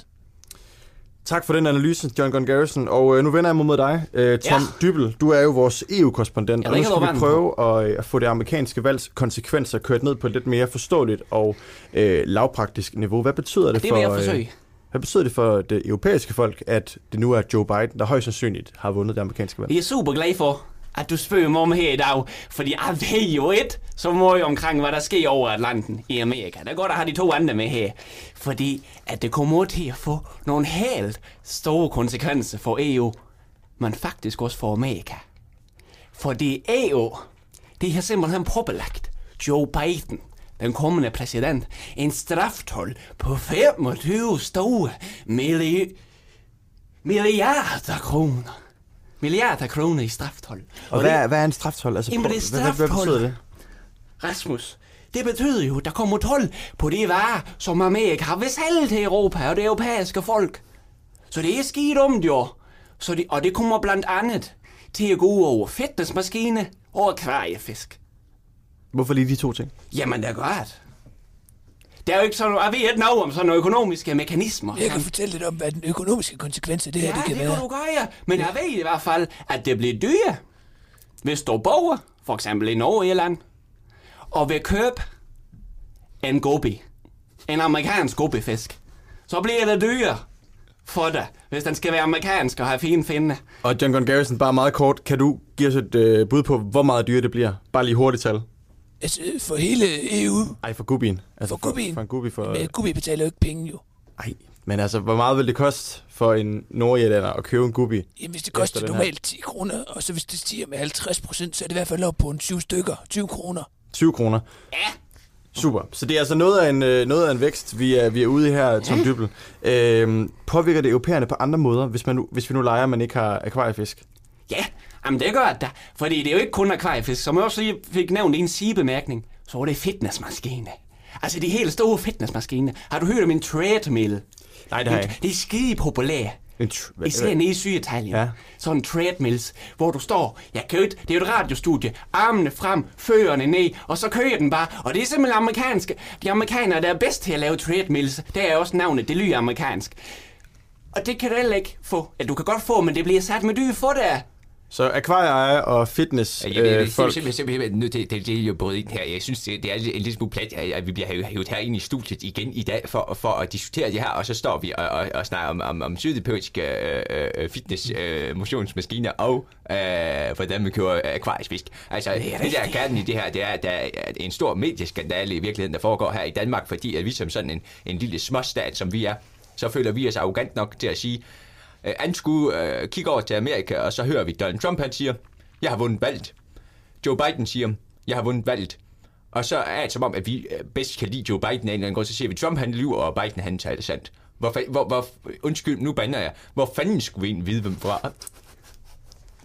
Speaker 4: Tak for den analyse, John Gunn Garrison. Og øh, nu vender jeg mig mod dig, øh, Tom ja. Dybel. Du er jo vores EU-korrespondent, og
Speaker 2: Jeg
Speaker 4: nu
Speaker 2: ringer
Speaker 4: skal vi
Speaker 2: over
Speaker 4: prøve at, øh, at få det amerikanske valgs konsekvenser kørt ned på et lidt mere forståeligt og øh, lavpraktisk niveau. Hvad betyder det,
Speaker 2: Det
Speaker 4: for...
Speaker 2: vil jeg
Speaker 4: øh,
Speaker 2: forsøge.
Speaker 4: hvad betyder det for det europæiske folk, at det nu er Joe Biden, der højst sandsynligt har vundet det amerikanske valg?
Speaker 2: Jeg er super glad for, at du spørger mig om her i dag, fordi jeg ved jo ikke så meget omkring, hvad der sker over Atlanten i Amerika. Det er godt at have de to andre med her, fordi at det kommer til at få nogle helt store konsekvenser for EU, men faktisk også for Amerika. Fordi E EU, det har simpelthen påbelagt Joe Biden, den kommende præsident, en straftold på 25 store milli- milliarder kroner. Milliarder kroner i straftold.
Speaker 4: Og hvad, er- hvad er en strafhold? Altså,
Speaker 2: Jamen, det er
Speaker 4: hvad, hvad, hvad
Speaker 2: strafhold.
Speaker 4: betyder det?
Speaker 2: Rasmus, det betyder jo, at der kommer 12 på de varer, som Amerika har ved salg til Europa og det europæiske folk. Så det er skidt om jo. Så det, og det kommer blandt andet til at gå ud over fitnessmaskine og akvariefisk.
Speaker 4: Hvorfor lige de to ting?
Speaker 2: Jamen, det er godt. Der er jo ikke sådan, jeg ved ikke noget om sådan nogle økonomiske mekanismer.
Speaker 9: Jeg kan fortælle lidt om, hvad den økonomiske konsekvens af det her
Speaker 2: ja,
Speaker 9: det kan
Speaker 2: det
Speaker 9: være.
Speaker 2: kan du gøre. Men jeg ved i hvert fald, at det bliver dyre, hvis du bor, for eksempel i Norge eller andet, og vil købe en gobi, en amerikansk gobifisk, så bliver det dyre for dig, hvis den skal være amerikansk og have fine finde.
Speaker 4: Og John Gunn Garrison, bare meget kort. Kan du give os et øh, bud på, hvor meget dyre det bliver? Bare lige hurtigt tal.
Speaker 9: Altså, øh, for hele EU.
Speaker 4: Ej, for gubbien. Altså,
Speaker 9: For gubbien?
Speaker 4: For, for en gubbi for...
Speaker 9: Men Gubbi betaler jo ikke penge, jo.
Speaker 4: Ej, men altså, hvor meget vil det koste for en nordjællander at købe en gubbi?
Speaker 9: Jamen, hvis det
Speaker 4: Efter
Speaker 9: koster
Speaker 4: den her.
Speaker 9: normalt 10 kroner, og så hvis det stiger med 50 procent, så er det i hvert fald op på en 20 stykker. 20 kroner.
Speaker 4: 20 kroner. Ja. Super. Så det er altså noget af en, øh, noget af en vækst, vi er, vi er ude i her, Tom Dybel. Øhm, påvirker det europæerne på andre måder, hvis, man nu, hvis vi nu leger, at man ikke har akvariefisk?
Speaker 2: Ja, jamen det gør det. Fordi det er jo ikke kun akvariefisk. Som jeg også lige fik nævnt i en sigebemærkning, så var det fitnessmaskine. Altså de helt store fitnessmaskiner. Har du hørt om en treadmill?
Speaker 4: Nej, det har jeg
Speaker 2: En-
Speaker 4: ikke.
Speaker 2: Det er skide populært.
Speaker 4: En tr- hvad-
Speaker 2: Især nede i Syditalien.
Speaker 4: Ja.
Speaker 2: Ja. Sådan treadmills, hvor du står, jeg kan jo ikke, det er jo et radiostudie, armene frem, førerne ned, og så kører den bare. Og det er simpelthen amerikanske. De amerikanere, der er bedst til at lave treadmills, der er også navnet, det lyder amerikansk. Og det kan du heller ikke få. Ja, du kan godt få, men det bliver sat med dyr for der.
Speaker 4: Så akvarieejer og fitness
Speaker 8: Jeg, jeg, jeg,
Speaker 4: øh,
Speaker 8: jeg,
Speaker 4: folk.
Speaker 8: simpelthen, simpelthen nødt til, til, til at bryde ind her. Jeg synes, det, det er lidt- en lille smule plat, at at vi bliver hævet- hævet herind i studiet igen i dag for, for at diskutere det her, og så står vi og, og, og snakker om, om, om sydepøjske øh, øh, fitness, øh, motionsmaskiner og øh, hvordan man køber akvariefisk. Altså, det der kernen i det her, det er, at der er en stor medieskandale i virkeligheden, der foregår her i Danmark, fordi at vi som sådan en, en lille småstat, som vi er, så føler vi os arrogant nok til at sige, øh, anskue, øh, kigge over til Amerika, og så hører vi Donald Trump, han siger, jeg har vundet valget. Joe Biden siger, jeg har vundet valget. Og så er det som om, at vi øh, bedst kan lide Joe Biden af en eller anden grund, så siger vi, Trump han lyver, og Biden han tager det sandt. Hvor, fa- hvor, hvor, undskyld, nu bander jeg. Hvor fanden skulle vi egentlig vide, hvem fra?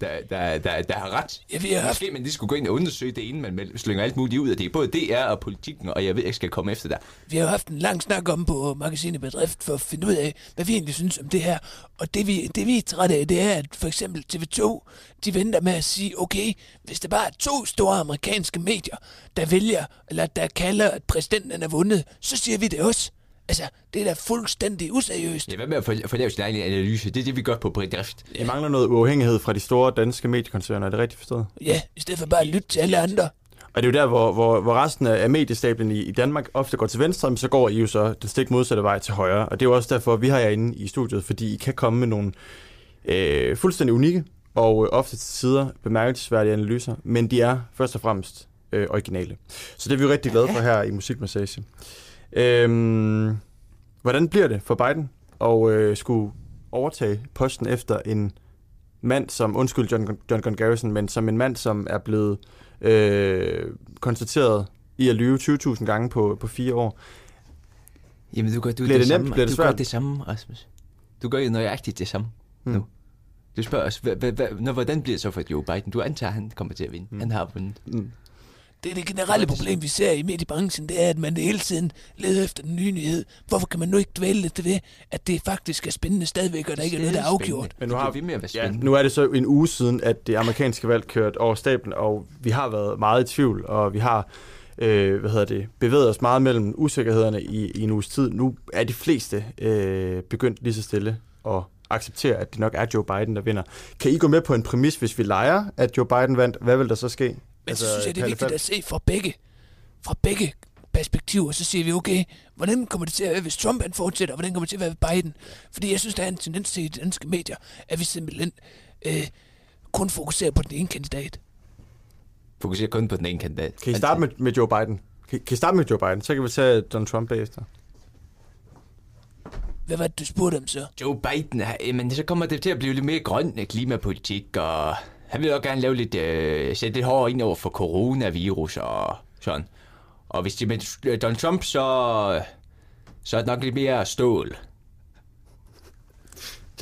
Speaker 8: Der, der, der, der har ret.
Speaker 9: Ja, vi har haft-
Speaker 8: Måske man lige skulle gå ind og undersøge det, inden man mel- slynger alt muligt ud af det. Både DR og politikken, og jeg ved, jeg skal komme efter dig.
Speaker 9: Vi har jo haft en lang snak om på magasinet Bedrift for at finde ud af, hvad vi egentlig synes om det her. Og det vi, det vi er trætte af, det er, at for eksempel TV2, de venter med at sige, okay, hvis der bare er to store amerikanske medier, der vælger, eller der kalder, at præsidenten han er vundet, så siger vi det også. Altså, det er da fuldstændig useriøst.
Speaker 8: Ja, hvad med at få, få lavet sin egen analyse? Det er det, vi gør på Bedrift.
Speaker 4: I mangler noget uafhængighed fra de store danske mediekoncerner, er det rigtigt forstået?
Speaker 9: Ja, i stedet for bare at lytte til alle andre.
Speaker 4: Og det er jo der, hvor, hvor, hvor resten af mediestablen i, i Danmark ofte går til venstre, men så går I jo så den stik modsatte vej til højre. Og det er jo også derfor, vi har jer inde i studiet, fordi I kan komme med nogle øh, fuldstændig unikke og øh, ofte til sider bemærkelsesværdige analyser, men de er først og fremmest øh, originale. Så det er vi jo rigtig glade for her i Musikmassage. Øhm, hvordan bliver det for Biden at øh, skulle overtage posten efter en mand som, undskyld John, John Gunn Garrison, men som en mand, som er blevet øh, konstateret i at lyve 20.000 gange på, på fire år.
Speaker 8: Jamen, du gør, du,
Speaker 4: Bliver det nemt?
Speaker 8: samme,
Speaker 4: Bliver det
Speaker 8: du gør
Speaker 4: svært?
Speaker 8: det samme, Rasmus. Du gør jo nøjagtigt det samme hmm. nu. Du spørger os, hva, hva, hva, når, hvordan bliver det så for Joe Biden? Du antager, han kommer til at vinde. Hmm. Han har vundet.
Speaker 9: Det er det generelle problem, vi ser i mediebranchen, det er, at man hele tiden leder efter den nye nyhed. Hvorfor kan man nu ikke dvæle lidt ved, at det faktisk er spændende stadigvæk, og der ikke er noget, der er afgjort?
Speaker 8: Men nu har vi med at være
Speaker 4: Ja,
Speaker 8: spændende.
Speaker 4: nu er det så en uge siden, at det amerikanske valg kørte over stablen, og vi har været meget i tvivl, og vi har øh, hvad hedder det, bevæget os meget mellem usikkerhederne i, i en uges tid. Nu er de fleste øh, begyndt lige så stille at acceptere, at det nok er Joe Biden, der vinder. Kan I gå med på en præmis, hvis vi leger, at Joe Biden vandt? Hvad vil der så ske?
Speaker 9: Men altså, så synes jeg, det er
Speaker 4: Palle
Speaker 9: vigtigt
Speaker 4: Falk?
Speaker 9: at se fra begge, fra begge perspektiver. Så siger vi, okay, hvordan kommer det til at være, hvis Trump han fortsætter, og hvordan kommer det til at være ved Biden? Fordi jeg synes, der er en tendens til i de danske medier, at vi simpelthen øh, kun fokuserer på den ene kandidat.
Speaker 8: Fokuserer kun på den ene kandidat.
Speaker 4: Kan I starte med, med Joe Biden? Kan, kan I starte med Joe Biden? Så kan vi tage Donald Trump bagefter.
Speaker 9: Hvad var det, du spurgte om så?
Speaker 8: Joe Biden, er- jamen, så kommer det til at blive lidt mere grøn klimapolitik, og han vil jo gerne lave lidt, øh, sætte lidt hårdere ind over for coronavirus og sådan. Og hvis det er med Donald Trump, så, så er det nok lidt mere stål.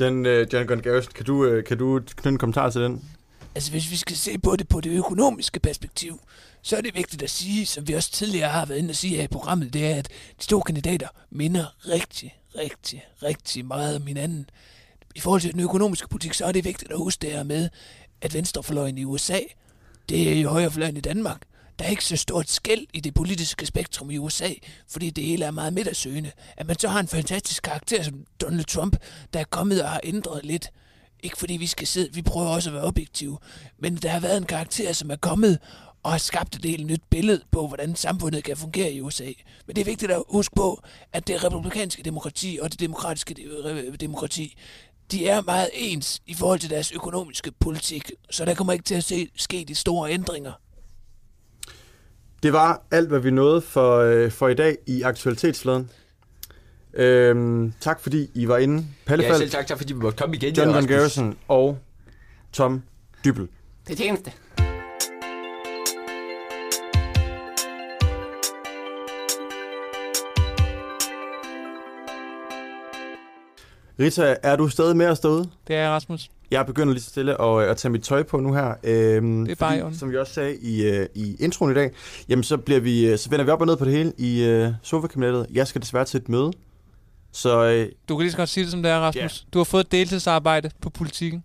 Speaker 4: John, øh, John Gunn Garrison, kan du, øh, kan du knytte en kommentar til den?
Speaker 9: Altså, hvis vi skal se på det på det økonomiske perspektiv, så er det vigtigt at sige, som vi også tidligere har været inde og sige her i programmet, det er, at de to kandidater minder rigtig, rigtig, rigtig meget om hinanden. I forhold til den økonomiske politik, så er det vigtigt at huske det her med, at venstrefløjen i USA, det er jo højrefløjen i Danmark. Der er ikke så stort skæld i det politiske spektrum i USA, fordi det hele er meget midtersøgende. At man så har en fantastisk karakter som Donald Trump, der er kommet og har ændret lidt ikke fordi vi skal sidde, vi prøver også at være objektive, men der har været en karakter, som er kommet og har skabt et helt nyt billede på, hvordan samfundet kan fungere i USA. Men det er vigtigt at huske på, at det republikanske demokrati og det demokratiske de- re- demokrati, de er meget ens i forhold til deres økonomiske politik, så der kommer ikke til at se, ske de store ændringer.
Speaker 4: Det var alt, hvad vi nåede for, øh, for i dag i Aktualitetsfladen. Øhm, tak fordi I var inde. Palle
Speaker 8: Ja, selv
Speaker 4: Falk,
Speaker 8: tak, tak fordi vi måtte komme igen.
Speaker 4: John
Speaker 8: ja,
Speaker 4: Van
Speaker 8: Rasmus.
Speaker 4: Garrison og Tom Dybel.
Speaker 2: Det tjeneste.
Speaker 4: Rita, er du stadig med os derude?
Speaker 5: Det er Rasmus.
Speaker 4: Jeg begynder lige så stille at, øh, at tage mit tøj på nu her. Øhm,
Speaker 5: Det er bare i orden.
Speaker 4: Som vi også sagde i, øh, i introen i dag, jamen så, bliver vi, øh, så vender vi op og ned på det hele i øh, sofakabinettet. Jeg skal desværre til et møde, så øh,
Speaker 5: Du kan lige så godt sige det, som det er, Rasmus. Du har fået et deltidsarbejde på politikken.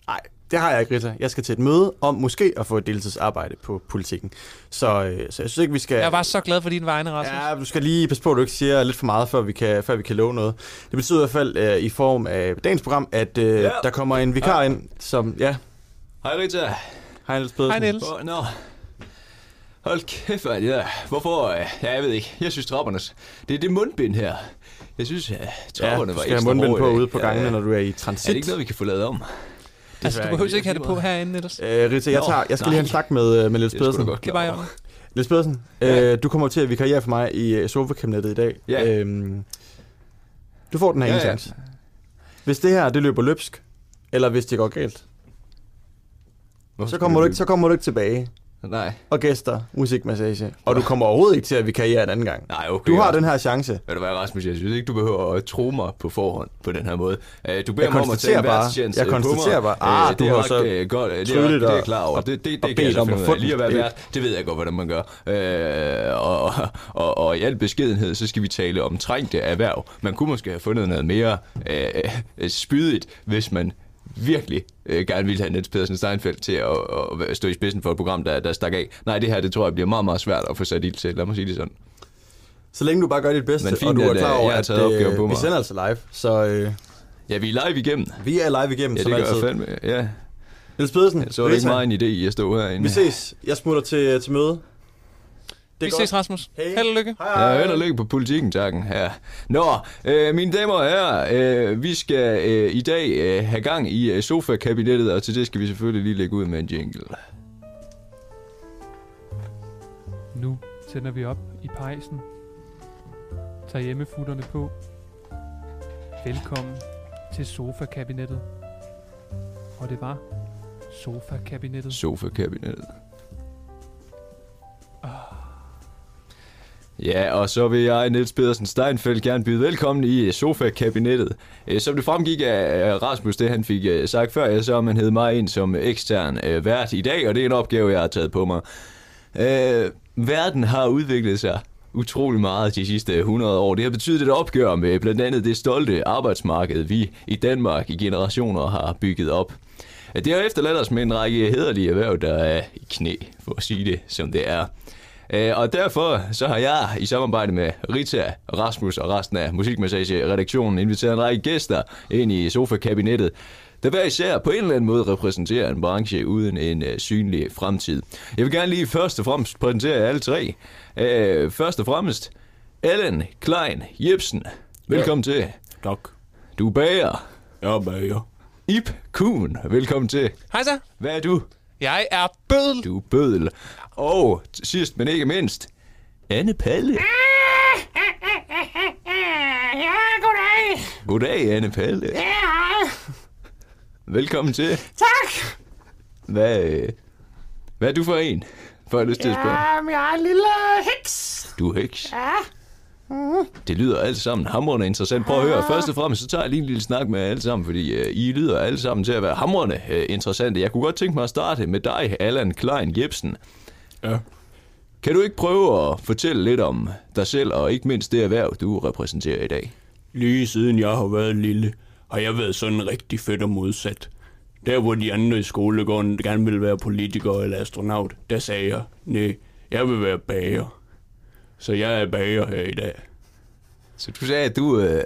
Speaker 4: det har jeg ikke, Rita. Jeg skal til et møde om måske at få et deltidsarbejde på politikken. Så, øh, så jeg synes ikke, vi skal...
Speaker 5: Jeg var så glad for din vegne, Rasmus.
Speaker 4: Ja, du skal lige passe på, at du ikke siger lidt for meget, før vi kan, før vi kan love noget. Det betyder i hvert fald øh, i form af dagens program, at øh,
Speaker 8: Ja.
Speaker 4: der kommer en vikar ind, som... Ja,
Speaker 8: Hej Rita.
Speaker 4: hej Niels Pedersen.
Speaker 5: Hej, Niels.
Speaker 8: Åh, nå. Hold kæft, mand. Ja. Hvorfor? øh, Ja, jeg ved ikke. Jeg synes, troppernes... Det er det mundbind her. Jeg synes, at
Speaker 4: Ja,
Speaker 8: tropperne
Speaker 4: du
Speaker 8: var
Speaker 4: skal have
Speaker 8: ekstra
Speaker 4: mundbind
Speaker 8: hårde i
Speaker 4: på
Speaker 8: dag.
Speaker 4: ude på gangene, når du er i
Speaker 8: Er det
Speaker 4: transit.
Speaker 8: ikke noget, vi kan få lavet om?
Speaker 5: altså, du
Speaker 4: desværre
Speaker 5: behøver
Speaker 4: ikke.
Speaker 5: ikke have det på herinde ellers. Det
Speaker 4: Øh, Rita, jeg,
Speaker 8: Nå,
Speaker 4: tager, jeg skal
Speaker 8: nej.
Speaker 4: lige have en snak med, øh, med Niels
Speaker 8: Det er sgu da
Speaker 4: Pedersen.
Speaker 8: godt
Speaker 5: er bare i
Speaker 8: klar over.
Speaker 5: orden.
Speaker 4: Niels Pedersen,
Speaker 8: Ja.
Speaker 4: øh, du kommer til at vikariere for mig i øh, sofakabinettet i dag.
Speaker 8: Ja.
Speaker 4: Øhm, du får den her
Speaker 8: Ja,
Speaker 4: ja,
Speaker 8: ja.
Speaker 4: chance. Hvis det her, det løber løbsk, eller hvis det går galt,
Speaker 8: Hvorfor
Speaker 4: så
Speaker 8: skal
Speaker 4: kommer, du ikke,
Speaker 8: løbe?
Speaker 4: så kommer du ikke tilbage.
Speaker 8: Nej.
Speaker 4: Og gæster, musikmassage. Og du kommer overhovedet ikke til at vikariere en anden gang.
Speaker 8: Nej, okay.
Speaker 4: Du har den her chance.
Speaker 8: Ved du hvad, Rasmus, jeg synes ikke, du behøver at tro mig på forhånd på den her måde. Øh, Du beder
Speaker 4: Jeg
Speaker 8: mig om at tage
Speaker 4: konstaterer
Speaker 8: en
Speaker 4: bare-
Speaker 8: værtstjeneste
Speaker 4: jeg
Speaker 8: på mig.
Speaker 4: konstaterer bare,
Speaker 8: Øh,
Speaker 4: ah,
Speaker 8: det
Speaker 4: du
Speaker 8: er
Speaker 4: har
Speaker 8: nok,
Speaker 4: så
Speaker 8: øh, godt, øh, det, er nok,
Speaker 4: tydeligt
Speaker 8: det er
Speaker 4: og-
Speaker 8: jeg klar over.
Speaker 4: og-
Speaker 8: Det, det,
Speaker 4: og
Speaker 8: det
Speaker 4: bedt
Speaker 8: kan jeg så
Speaker 4: om at
Speaker 8: finde ud
Speaker 4: få
Speaker 8: af. Lige at være
Speaker 4: den.
Speaker 8: vært, det ved jeg godt, hvordan man gør. Øh, og, og, og, og i al beskedenhed, så skal vi tale om trængte erhverv. Man kunne måske have fundet noget mere øh, øh, spydigt, hvis man virkelig øh, gerne ville have Niels Pedersen Steinfeldt til at, at, at stå i spidsen for et program, der, der stak af. Nej, det her, det tror jeg bliver meget, meget svært at få sat ild til. Lad mig sige det sådan.
Speaker 4: Så længe du bare gør dit bedste,
Speaker 8: Men fint,
Speaker 4: og du er
Speaker 8: at,
Speaker 4: klar
Speaker 8: øh,
Speaker 4: over,
Speaker 8: jeg har taget
Speaker 4: at
Speaker 8: opgaven på
Speaker 4: vi
Speaker 8: mig.
Speaker 4: sender altså live. Så øh,
Speaker 8: Ja, vi er live igennem.
Speaker 4: vi er live igennem,
Speaker 8: Ja,
Speaker 4: som
Speaker 8: det gør jeg
Speaker 4: altid.
Speaker 8: fandme. Ja,
Speaker 4: Niels Pedersen,
Speaker 8: så er det ikke
Speaker 4: Rita,
Speaker 8: meget en idé i at stå herinde.
Speaker 4: vi ses. Jeg smutter til, til møde. Det er
Speaker 5: Vi ses, Rasmus.
Speaker 4: Hej.
Speaker 5: Held og lykke.
Speaker 8: Ja, held og lykke på politikken, takken. Ja. Nå, øh, mine damer og herrer, øh, vi skal øh, i dag øh, have gang i øh, sofa-kabinettet, og til det skal vi selvfølgelig lige lægge ud med en jingle.
Speaker 1: Nu tænder vi op i pejsen. Tag hjemmefutterne på. Velkommen til sofakabinettet. Og det var sofakabinettet.
Speaker 8: Sofa-kabinettet. Ja, og så vil jeg, Niels Pedersen Steinfeldt, gerne byde velkommen i øh, sofa-kabinettet. Øh, Som det fremgik af af Rasmus, det han fik øh, sagt før, ja, så har man hed mig ind som ekstern øh, vært i dag, og det er en opgave, jeg har taget på mig. Øh, verden har udviklet sig utrolig meget de sidste 100 år. Det har betydet et opgør med blandt andet det stolte arbejdsmarked, vi i Danmark i generationer har bygget op. Det har efterladt os med en række hederlige erhverv, der er i knæ, for at sige det, som det er. Øh, Og derfor så har jeg i samarbejde med Rita, Rasmus og resten af Musikmassage-redaktionen inviteret en række gæster ind i sofa-kabinettet, der hver især på en eller anden måde repræsenterer en branche uden en øh, synlig fremtid. Jeg vil gerne lige først og fremmest præsentere jer alle tre. Øh, først og fremmest Ellen Klein Jebsen. Velkommen ja. til.
Speaker 4: Tak.
Speaker 8: Du er bager.
Speaker 4: Ja, bager.
Speaker 8: Ip Kuhn. Velkommen til.
Speaker 5: Hej så.
Speaker 8: Hvad er du?
Speaker 5: Jeg er bødel.
Speaker 8: Du er bødel. Og sidst men ikke mindst, Anne Palle.
Speaker 3: Ja, goddag.
Speaker 8: Goddag, Anne Palle.
Speaker 3: Ja, hej.
Speaker 8: Velkommen til.
Speaker 3: Tak.
Speaker 8: Hvad, øh, hvad er du for en? Får jeg lyst til at spørge.
Speaker 3: Jamen, jeg er en lille heks.
Speaker 8: Du er heks. Ja.
Speaker 10: Mm.
Speaker 8: Det lyder alt sammen hamrende interessant. Prøv at høre. Først og fremmest, så tager jeg lige en lille snak med jer alle sammen, fordi øh, I lyder alle sammen til at være hamrende øh, interessante. Jeg kunne godt tænke mig at starte med dig, Allan Klein Jebsen.
Speaker 4: Ja.
Speaker 8: Kan du ikke prøve at fortælle lidt om dig selv, og ikke mindst det erhverv, du repræsenterer i dag?
Speaker 11: Lige siden jeg har været lille, har jeg været sådan rigtig fedt og modsat. Der hvor de andre i skolegården gerne ville være politiker eller astronaut, der sagde jeg, nej, jeg vil være bager. Så jeg er bager her i dag.
Speaker 8: Så du sagde, at du, øh,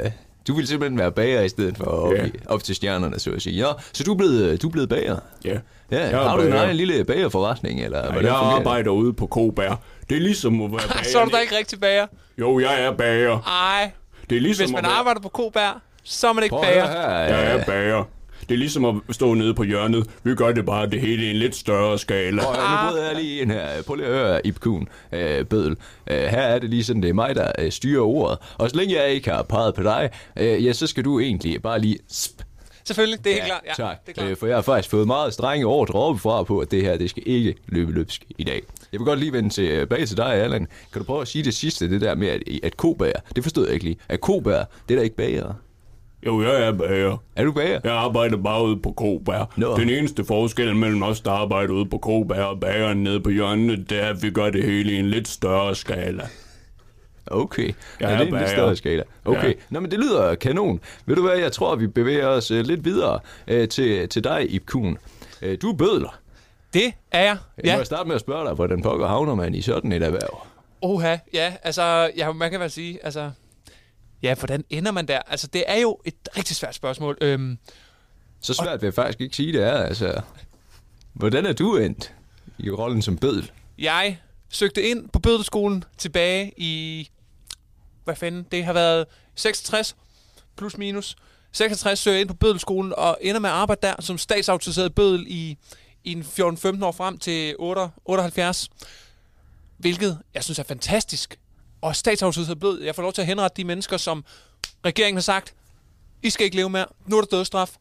Speaker 8: du ville simpelthen være bager i stedet for op,
Speaker 11: Ja.
Speaker 8: i, op til stjernerne, så at sige. Ja, så du er blevet, øh, du er blevet bager?
Speaker 11: Ja.
Speaker 8: Ja,
Speaker 11: er
Speaker 8: har du en
Speaker 11: bager.
Speaker 8: egen lille bagerforretning, eller
Speaker 11: Og
Speaker 8: hvordan
Speaker 11: jeg
Speaker 8: fungerer det?
Speaker 11: arbejder ude på Kobær. Det er ligesom at være bager.
Speaker 5: Så er du da ikke rigtig bager.
Speaker 11: Jo, jeg er bager.
Speaker 5: Ej.
Speaker 11: Det er ligesom
Speaker 5: Hvis man
Speaker 11: at være...
Speaker 5: arbejder på Kobær, så er man ikke
Speaker 8: Prøv at
Speaker 5: bager.
Speaker 8: høre her,
Speaker 11: Jeg
Speaker 8: øh,
Speaker 11: er bager. Det er ligesom at stå nede på hjørnet. Vi gør det bare det hele i en lidt større skala.
Speaker 8: Og øh, nu bryder jeg lige ind her. Prøv lige at høre, Ip Kuhn, øh, Bødel. Øh, her er det lige sådan, det er mig, der øh, styrer ordet. Og så længe jeg ikke har peget på dig, øh, ja, så skal du egentlig bare lige... Sp.
Speaker 5: Selvfølgelig, det er helt klart. Ja,
Speaker 8: tak.
Speaker 5: Det er klart.
Speaker 8: Øh, for jeg har faktisk fået meget strenge ordre oppefra på, at det her, det skal ikke løbe løbsk i dag. Jeg vil godt lige vende tilbage til dig, Allan. Kan du prøve at sige det sidste, det der med, at, at kobager, det forstod jeg ikke lige, at kobager, det er der ikke bager.
Speaker 11: Jo, jeg er bager.
Speaker 8: Er du bager?
Speaker 11: Jeg arbejder bare ude på Kobær.
Speaker 8: Nå.
Speaker 11: Den eneste forskel mellem os, der arbejder ude på Kobær og bageren nede på hjørnet, det er, at vi gør det hele i en lidt større skala.
Speaker 8: Okay.
Speaker 11: Jeg
Speaker 8: Ja, det er
Speaker 11: er
Speaker 8: en lidt
Speaker 11: bager.
Speaker 8: større skala. Okay.
Speaker 11: Ja.
Speaker 8: Ja. Nå, men det lyder kanon. Ved du hvad, jeg tror, vi bevæger os øh, lidt videre øh, til, til dig, Ip Kuhn. Øh, du er bødler.
Speaker 5: Det er jeg.
Speaker 8: Ja. Må jeg starte med at spørge dig, hvordan pokker havner man i sådan et erhverv?
Speaker 5: Oha, ja, altså, ja, man kan vel sige, altså, ja, hvordan ender man der? Altså, det er jo et rigtig svært spørgsmål. Øhm,
Speaker 8: Så svært vil jeg faktisk ikke sige, det er. Altså, hvordan er du endt i rollen som bødel?
Speaker 5: jeg søgte ind på bødelskolen tilbage i, hvad fanden, det har været 66 plus minus. 66 søger jeg ind på bødelskolen og ender med at arbejde der som statsautoriseret bødel i, i en 14-15 år frem til 8, 78. Hvilket jeg synes er fantastisk. Og statsautoriseret bødel, jeg får lov til at henrette de mennesker, som regeringen har sagt, I skal ikke leve mere, nu er der dødsstraf,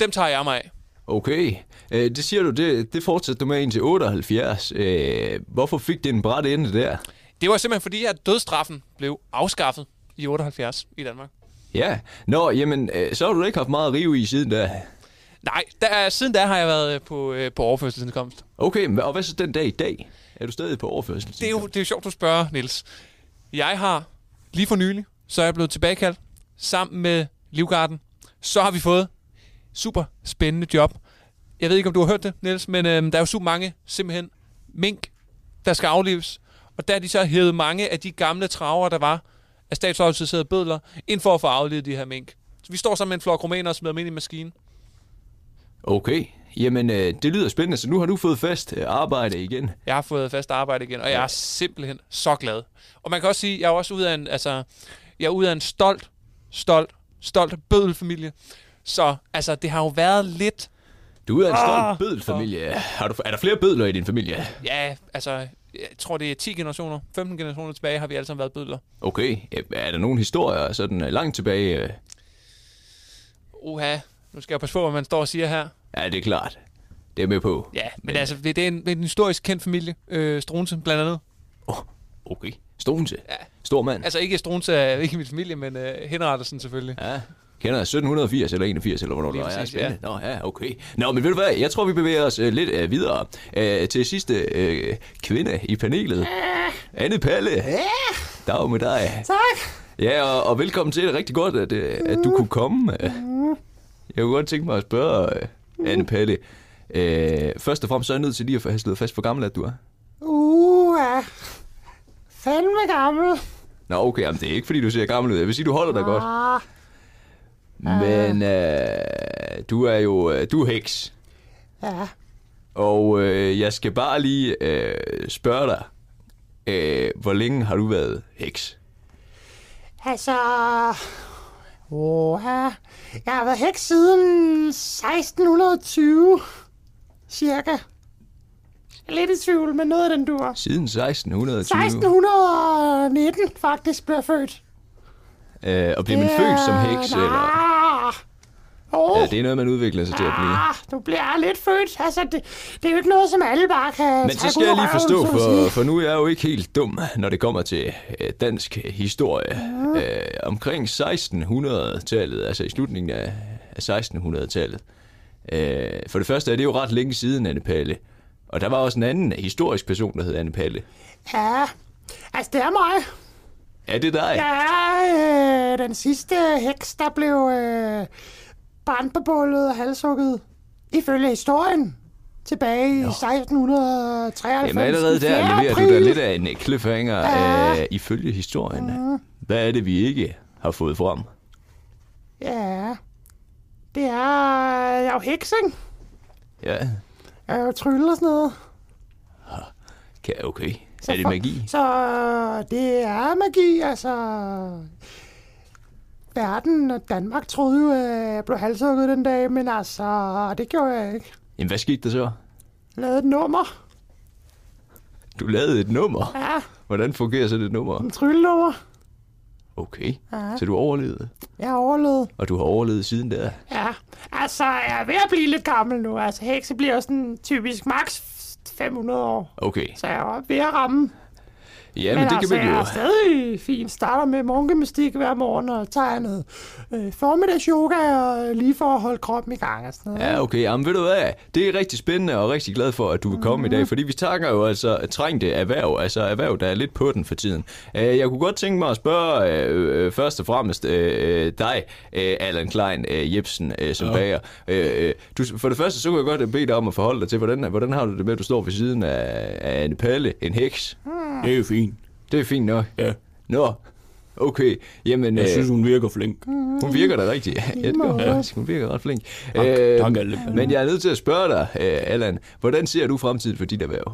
Speaker 5: dem tager jeg mig af.
Speaker 8: Okay, øh, det siger du, det, det fortsatte du med indtil 78. Øh, hvorfor fik det en bræt ende der?
Speaker 5: Det var simpelthen fordi, at dødsstraffen blev afskaffet i 78 i Danmark.
Speaker 8: Ja, nå, jamen, øh, så har du da ikke haft meget at rive i siden da.
Speaker 5: Nej, der, siden da har jeg været øh, på, øh, på overførselsindkomst.
Speaker 8: Okay, men- og hvad så den dag i dag? Er du stadig på overførsel?
Speaker 5: Det er jo det er jo sjovt, du spørger, Niels. Jeg har lige for nylig, så er jeg blevet tilbagekaldt sammen med Livgarden. Så har vi fået super spændende job. Jeg ved ikke, om du har hørt det, Niels, men øh, der er jo super mange simpelthen mink, der skal aflives. Og der er de så hævet mange af de gamle traver, der var af statsautoriserede bødler, ind for at få aflevet de her mink. Så vi står sammen med en flok rumæner og smider dem ind i maskinen.
Speaker 8: Okay, jamen, øh, det lyder spændende, så nu har du fået fast øh, arbejde igen.
Speaker 5: Jeg har fået fast arbejde igen, og jeg er simpelthen så glad. Og man kan også sige, at jeg er også ud af en, altså, jeg er ud af en stolt, stolt, stolt bødelfamilie. Så altså, det har jo været lidt,
Speaker 8: Du er en
Speaker 5: Ah,
Speaker 8: stolt bødelfamilie. Har du, er der flere bødler i din familie?
Speaker 5: ja, altså, jeg tror det er 10 generationer, 15 generationer tilbage har vi alle sammen været bødler.
Speaker 8: Okay, øh, er der nogle historier sådan øh, langt tilbage? øh?
Speaker 5: Uha, nu skal jeg passe på, hvad man står og siger her.
Speaker 8: Ja, det er klart. Det er jeg med på.
Speaker 5: Ja, men, men altså, det det er, en, det er en historisk kendt familie, øh, Strunse blandt andet.
Speaker 8: Okay. Stonse. Ja. Stor mand.
Speaker 5: Altså ikke Strunse, er ikke min familie, men øh, henrettelsen selvfølgelig.
Speaker 8: Ja. Kender jeg 1780 eller 81, eller hvornår det
Speaker 5: Lige
Speaker 8: var? Ja,
Speaker 5: præcis,
Speaker 8: spændende. Nå, ja, okay. Nå, men ved du hvad? Jeg tror, vi bevæger os øh, lidt øh, videre øh, til sidste øh, kvinde i panelet. Anne Palle. Ja. Dag med dig.
Speaker 10: Tak.
Speaker 8: Ja, og, og velkommen til. Det er rigtig godt, at, øh, at du kunne komme. Øh,
Speaker 10: Mm.
Speaker 8: Jeg kunne godt tænke mig at spørge øh, Anne Palle. Øh, først og fremmest så er jeg nødt til lige at få- have slået fast, hvor gammel er du er.
Speaker 10: Uh, ja. Fandme gammel.
Speaker 8: Nå, okay, jamen, det er ikke, fordi du ser gammel ud. Jeg vil sige, du holder dig godt.
Speaker 10: Ah,
Speaker 8: Men øh, du er jo øh, du er heks.
Speaker 10: ja.
Speaker 8: Og øh, jeg skal bare lige øh, spørge dig, øh, hvor længe har du været heks?
Speaker 10: Altså... Oha. Jeg har været heks siden 1620. Cirka. Jeg er lidt i tvivl, men noget af den dur.
Speaker 8: Siden 1620.
Speaker 10: 1619 faktisk blev jeg født.
Speaker 8: Øh, og blev man født som heks? Eller?
Speaker 10: Ah, oh,
Speaker 8: Ja, det er noget, man udvikler sig til at blive.
Speaker 10: ah, du bliver lidt født. Altså, det, det er jo ikke noget, som alle bare kan
Speaker 8: Men så
Speaker 10: trække
Speaker 8: skal
Speaker 10: ud
Speaker 8: jeg
Speaker 10: af
Speaker 8: lige
Speaker 10: røven,
Speaker 8: forstå,
Speaker 10: så at sige.
Speaker 8: for, for nu er jeg jo ikke helt dum, når det kommer til øh, dansk historie.
Speaker 10: Mm-hmm.
Speaker 8: Øh, omkring 1600-tallet, altså i slutningen af af 1600-tallet. Øh, for det første er det jo ret længe siden, Anne Palle. Og der var også en anden historisk person, der hed Anne Palle.
Speaker 10: Ja, altså det er mig.
Speaker 8: Er det dig?
Speaker 10: Jeg er øh, den sidste heks, der blev øh, brændt på bålet og halshugget, ifølge historien, tilbage i 1693.
Speaker 8: Jamen allerede
Speaker 10: den
Speaker 8: der
Speaker 10: fjerde
Speaker 8: leverer du da
Speaker 10: april.
Speaker 8: lidt af en øh, cliffhanger
Speaker 10: Ja.
Speaker 8: øh, ifølge historien. Hvad er det, vi ikke har fået frem?
Speaker 10: Ja, det er... Jeg er jo heks, ikke?
Speaker 8: Ja,
Speaker 10: Jeg er jo trylle og sådan noget.
Speaker 8: kan- okay. Er det magi?
Speaker 10: øh, Så det er magi, altså... verden, og Danmark troede jo, øh, jeg blev halshugget den dag, men altså, det gjorde jeg ikke.
Speaker 8: Jamen, hvad skete der så?
Speaker 10: Jeg lavede et nummer.
Speaker 8: Du lavede et nummer.
Speaker 10: Ja,
Speaker 8: Hvordan fungerer så det nummer?
Speaker 10: en tryllenummer.
Speaker 8: Okay,
Speaker 10: Ja.
Speaker 8: så du overlevede.
Speaker 10: Jeg overlevede.
Speaker 8: Og du har overlevet siden der.
Speaker 10: Ja, altså, jeg er ved at blive lidt gammel nu. Altså, hekse bliver jo sådan typisk max 500 år.
Speaker 8: Okay.
Speaker 10: Så jeg er ved at ramme.
Speaker 8: Ja, men, det
Speaker 10: altså,
Speaker 8: kan man
Speaker 10: jeg
Speaker 8: jo.
Speaker 10: er stadig fint. Starter med morgengymnastik hver morgen, og tager noget øh, formiddags yoga, og øh, lige for at holde kroppen i gang og sådan noget.
Speaker 8: Ja, okay. Jamen, ved du hvad? Det er rigtig spændende og rigtig glad for, at du vil komme mm. i dag, fordi vi takker jo altså trængte erhverv, altså erhverv, der er lidt på den for tiden. Øh, Jeg kunne godt tænke mig at spørge øh, øh, først og fremmest øh, øh, dig, øh, Allan Klein øh, Jebsen, øh, som
Speaker 11: Ja.
Speaker 8: ja. bager. Øh, øh, Du, for det første, så kunne jeg godt øh, bede dig om at forholde dig til, hvordan, hvordan har du det med, at du står ved siden af, af en palle, en heks? Det er jo fint. Det er fint nok? Ja. Nå, okay. Jamen,
Speaker 11: Jeg synes,
Speaker 8: hun virker flink. Hun virker da rigtig. Ja, det gør hun
Speaker 11: måde.
Speaker 8: faktisk. Hun virker ret flink. Øh,
Speaker 11: tak, Allan.
Speaker 8: Men jeg er nødt til at spørge dig, øh, Allan. Hvordan ser du fremtiden for dit erhverv?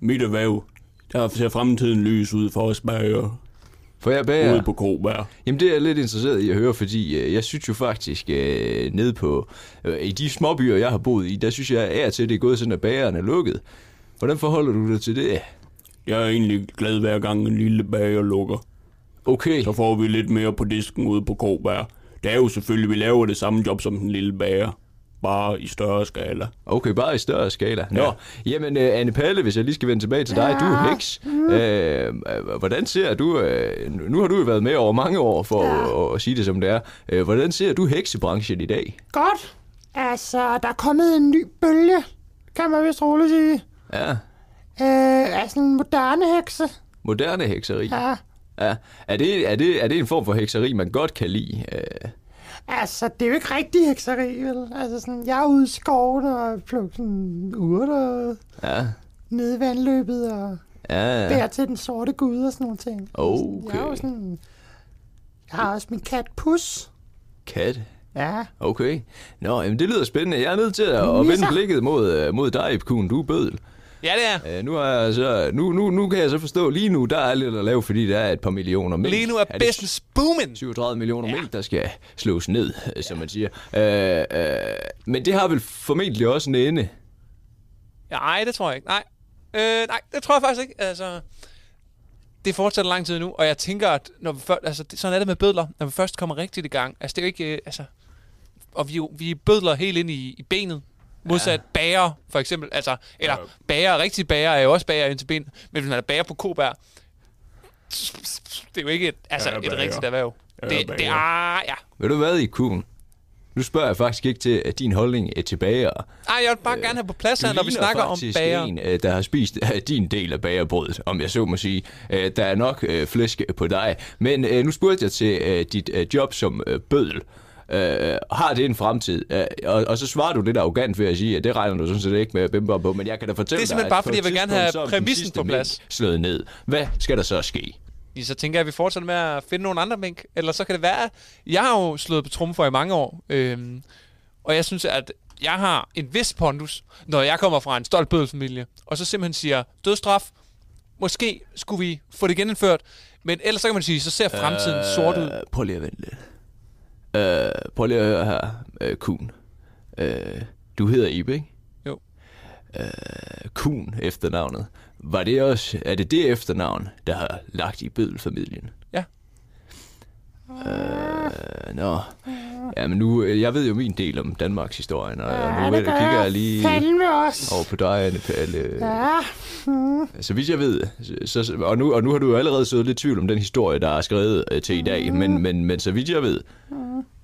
Speaker 11: Mit erhverv, der ser fremtiden lys ud for os bager.
Speaker 8: For jeg bager?
Speaker 11: Ude på Kobær.
Speaker 8: Jamen det er jeg lidt interesseret i at høre, fordi øh, jeg synes jo faktisk, øh, ned på øh, i de småbyer, jeg har boet i, der synes jeg af og til, det er gået sådan, at bageren er lukket. Hvordan forholder du dig til det?
Speaker 11: Jeg er egentlig glad hver gang en lille bager lukker.
Speaker 8: Okay.
Speaker 11: Så får vi lidt mere på disken ude på Kobær. Det er jo selvfølgelig, vi laver det samme job som den lille bager. Bare i større skala.
Speaker 8: Okay, bare i større skala. Nå, jamen øh, Anne Palle, hvis jeg lige skal vende tilbage til dig,
Speaker 11: Ja.
Speaker 8: du er heks.
Speaker 11: Mm.
Speaker 8: Øh, øh, hvordan ser du, øh, nu- nu har du jo været med over mange år for ja. at, at sige det som det er, øh, hvordan ser du heksebranchen i dag?
Speaker 10: Godt. Altså, der er kommet en ny bølge, kan man vist roligt sige.
Speaker 8: Ja,
Speaker 10: Øh, altså en moderne hekse.
Speaker 8: moderne hekseri.
Speaker 10: Ja.
Speaker 8: Ja. Er, det, er, det, er det en form for hekseri, man godt kan lide? Øh,
Speaker 10: Altså, det er jo ikke rigtig hekseri, vel? Altså, sådan, jeg er ude i skoven og plukker sådan urter
Speaker 8: ja,
Speaker 10: nede i vandløbet og ja.
Speaker 8: ja.
Speaker 10: bærer til den sorte gud og sådan nogle ting. Jeg er jo
Speaker 8: Okay.
Speaker 10: sådan... Jeg har også min kat Pus.
Speaker 8: Kat.
Speaker 10: Ja.
Speaker 8: Okay. Nå, jamen, det lyder spændende. Jeg er nødt til at, at vende
Speaker 10: Nisser.
Speaker 8: blikket mod, øh, mod dig, Kun. Du er bødel.
Speaker 7: Ja, det
Speaker 8: er. Øh, nu, er jeg så, nu, nu, nu kan jeg så forstå, lige nu der er lidt at lave, fordi der er et par millioner mink.
Speaker 7: Lige nu er
Speaker 8: det
Speaker 7: business booming.
Speaker 8: 37 millioner ja. mink, der skal slås ned, øh, som man siger. Øh, øh, men det har vel formentlig også en ende.
Speaker 5: Nej, det tror jeg ikke. Nej. Øh, nej, det tror jeg faktisk ikke. Altså, det fortsætter lang tid nu, og jeg tænker, at når vi før, altså, det, sådan er det med bødler. Når vi først kommer rigtigt i gang, altså det er jo ikke, øh, altså, og vi, er jo- vi er bødler helt ind i, i benet. Modsat ja. bager, for eksempel. Altså, eller ja. bager, rigtig bager er jo også bager ind til benet. Men hvis man er bager på kobær, det er jo ikke et, altså,
Speaker 7: Jeg er
Speaker 5: et
Speaker 7: bager.
Speaker 5: rigtigt erhverv.
Speaker 7: Jeg er
Speaker 5: det, det ah,
Speaker 7: bager.
Speaker 6: ah,
Speaker 5: er, ja.
Speaker 8: Ved du hvad, i Kun? Nu spørger jeg faktisk ikke til at din holdning er tilbage.
Speaker 5: Ej, jeg vil bare øh, gerne have på plads her, når vi snakker om bager.
Speaker 8: bager. en, øh, der har spist øh, din del af bagerbrødet, om jeg så må sige. Øh, Der er nok øh, flæsk på dig. Men øh, nu spurgte jeg til øh, dit øh, job som øh, bødel. Øh, har det en fremtid? Øh, og, og så svarer du lidt arrogant ved at sige, at det regner du sådan set ikke med at bimpe op på, men jeg kan da fortælle
Speaker 5: Det er
Speaker 8: dig,
Speaker 5: simpelthen
Speaker 8: at
Speaker 5: bare,
Speaker 8: på
Speaker 5: fordi
Speaker 8: et
Speaker 5: jeg vil gerne
Speaker 8: tidspunkt,
Speaker 5: have
Speaker 8: så er den
Speaker 5: præmissen
Speaker 8: sidste
Speaker 5: på plads.
Speaker 8: mink Slået ned. Hvad skal der så ske?
Speaker 5: Ja, så tænker jeg, at vi fortsætter med at finde nogle andre mink. Eller så kan det være, at jeg har jo slået på tromme for i mange år. Øhm, og jeg synes, at jeg har en vis pondus, når jeg kommer fra en stolt bødelfamilie. Og så simpelthen siger, dødstraf, måske skulle vi få det genindført. Men ellers så kan man sige, så ser fremtiden øh, sort ud.
Speaker 8: Øh, Prøv lige at vente lidt. Øh, prøv lige at høre her, øh, Kuhn. Øh, du hedder Ibe, ikke?
Speaker 5: Jo.
Speaker 8: Øh, Kuhn efternavnet. Var det også, er det det efternavn, der har lagt i bødelfamilien?
Speaker 5: Ja.
Speaker 8: Øh, nå. Ja, men nu, øh, jeg ved jo min del om Danmarks historie, og, og nu
Speaker 10: det gør
Speaker 8: kigger jeg
Speaker 10: jeg
Speaker 8: lige
Speaker 10: fandme også.
Speaker 8: over på dig, Anne Palle.
Speaker 10: Øh. Ja. Mm.
Speaker 8: Så vidt jeg ved, så, så- og, nu, og nu har du jo allerede siddet lidt i tvivl om den historie, der er skrevet øh, til i dag, men, men, men så vidt jeg ved,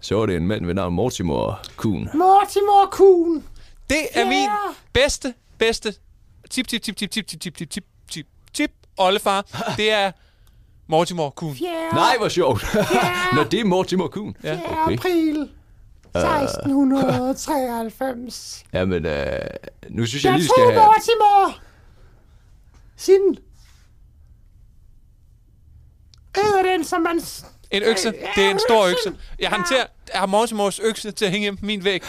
Speaker 8: så var det en mand ved navn Mortimer Kuhn.
Speaker 10: Mortimer Kuhn.
Speaker 5: Det er min bedste, bedste tip, tip, tip, tip, tip, tip, tip, tip, tip, tip, tip, oldefar. Det er Mortimer Kuhn.
Speaker 10: Yeah.
Speaker 8: Nej, hvor sjovt! Nå, det er Mortimer Kuhn.
Speaker 5: Ja.
Speaker 8: Okay.
Speaker 10: April
Speaker 8: Øh.
Speaker 10: 1693.
Speaker 8: Jamen, øh, nu synes jeg
Speaker 10: Jeg
Speaker 8: lige, vi skal
Speaker 10: tog
Speaker 8: have...
Speaker 10: Mortimer. Sin. Æder den, som man... s- Øh,
Speaker 5: En
Speaker 8: Øh,
Speaker 5: økse. Det er en stor økse. Jeg har, den til at, jeg har Mortimors økse til at hænge hjemme på min væg.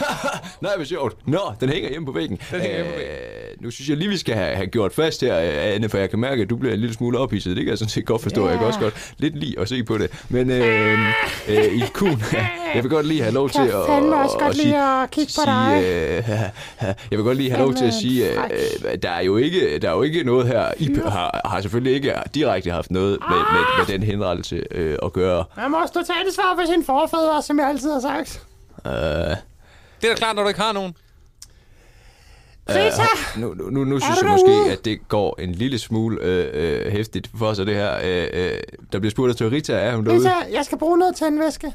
Speaker 8: Nej, hvor sjovt. Nå, den hænger hjemme på væggen.
Speaker 5: Den hænger hjemme på
Speaker 8: væggen. nu synes jeg lige, vi skal have, have gjort fast her, øh, Anne, for jeg kan mærke, at du bliver en lille smule ophidset. Det kan jeg sådan set godt forstå. Yeah. Jeg kan også godt lidt lide at se på det. Men øh, øh, i kun, jeg vil godt lige have lov til
Speaker 10: Jeg
Speaker 8: at,
Speaker 10: kan fandme også godt
Speaker 8: sige,
Speaker 10: lide at kigge på dig.
Speaker 8: sige, øh, jeg vil godt lige have lov til at sige, øh, øh, der er jo ikke, der er jo ikke noget her. I har, har selvfølgelig ikke direkte haft noget med, med,
Speaker 10: Ah!
Speaker 8: med den henrettelse øh, at gøre.
Speaker 10: Man må stå til ansvar for sine forfædre, som jeg altid har sagt.
Speaker 8: Øh,
Speaker 5: Det er da klart, når du ikke har nogen.
Speaker 10: Rita!
Speaker 8: Øh, nu, nu, nu, nu synes
Speaker 10: du
Speaker 8: jeg måske,
Speaker 10: derude?
Speaker 8: at det går en lille smule øh, øh, hæftigt for sig, det her. Øh, øh, der bliver spurgt til Rita, er hun derude?
Speaker 10: Lisa, jeg skal bruge noget tændvæske.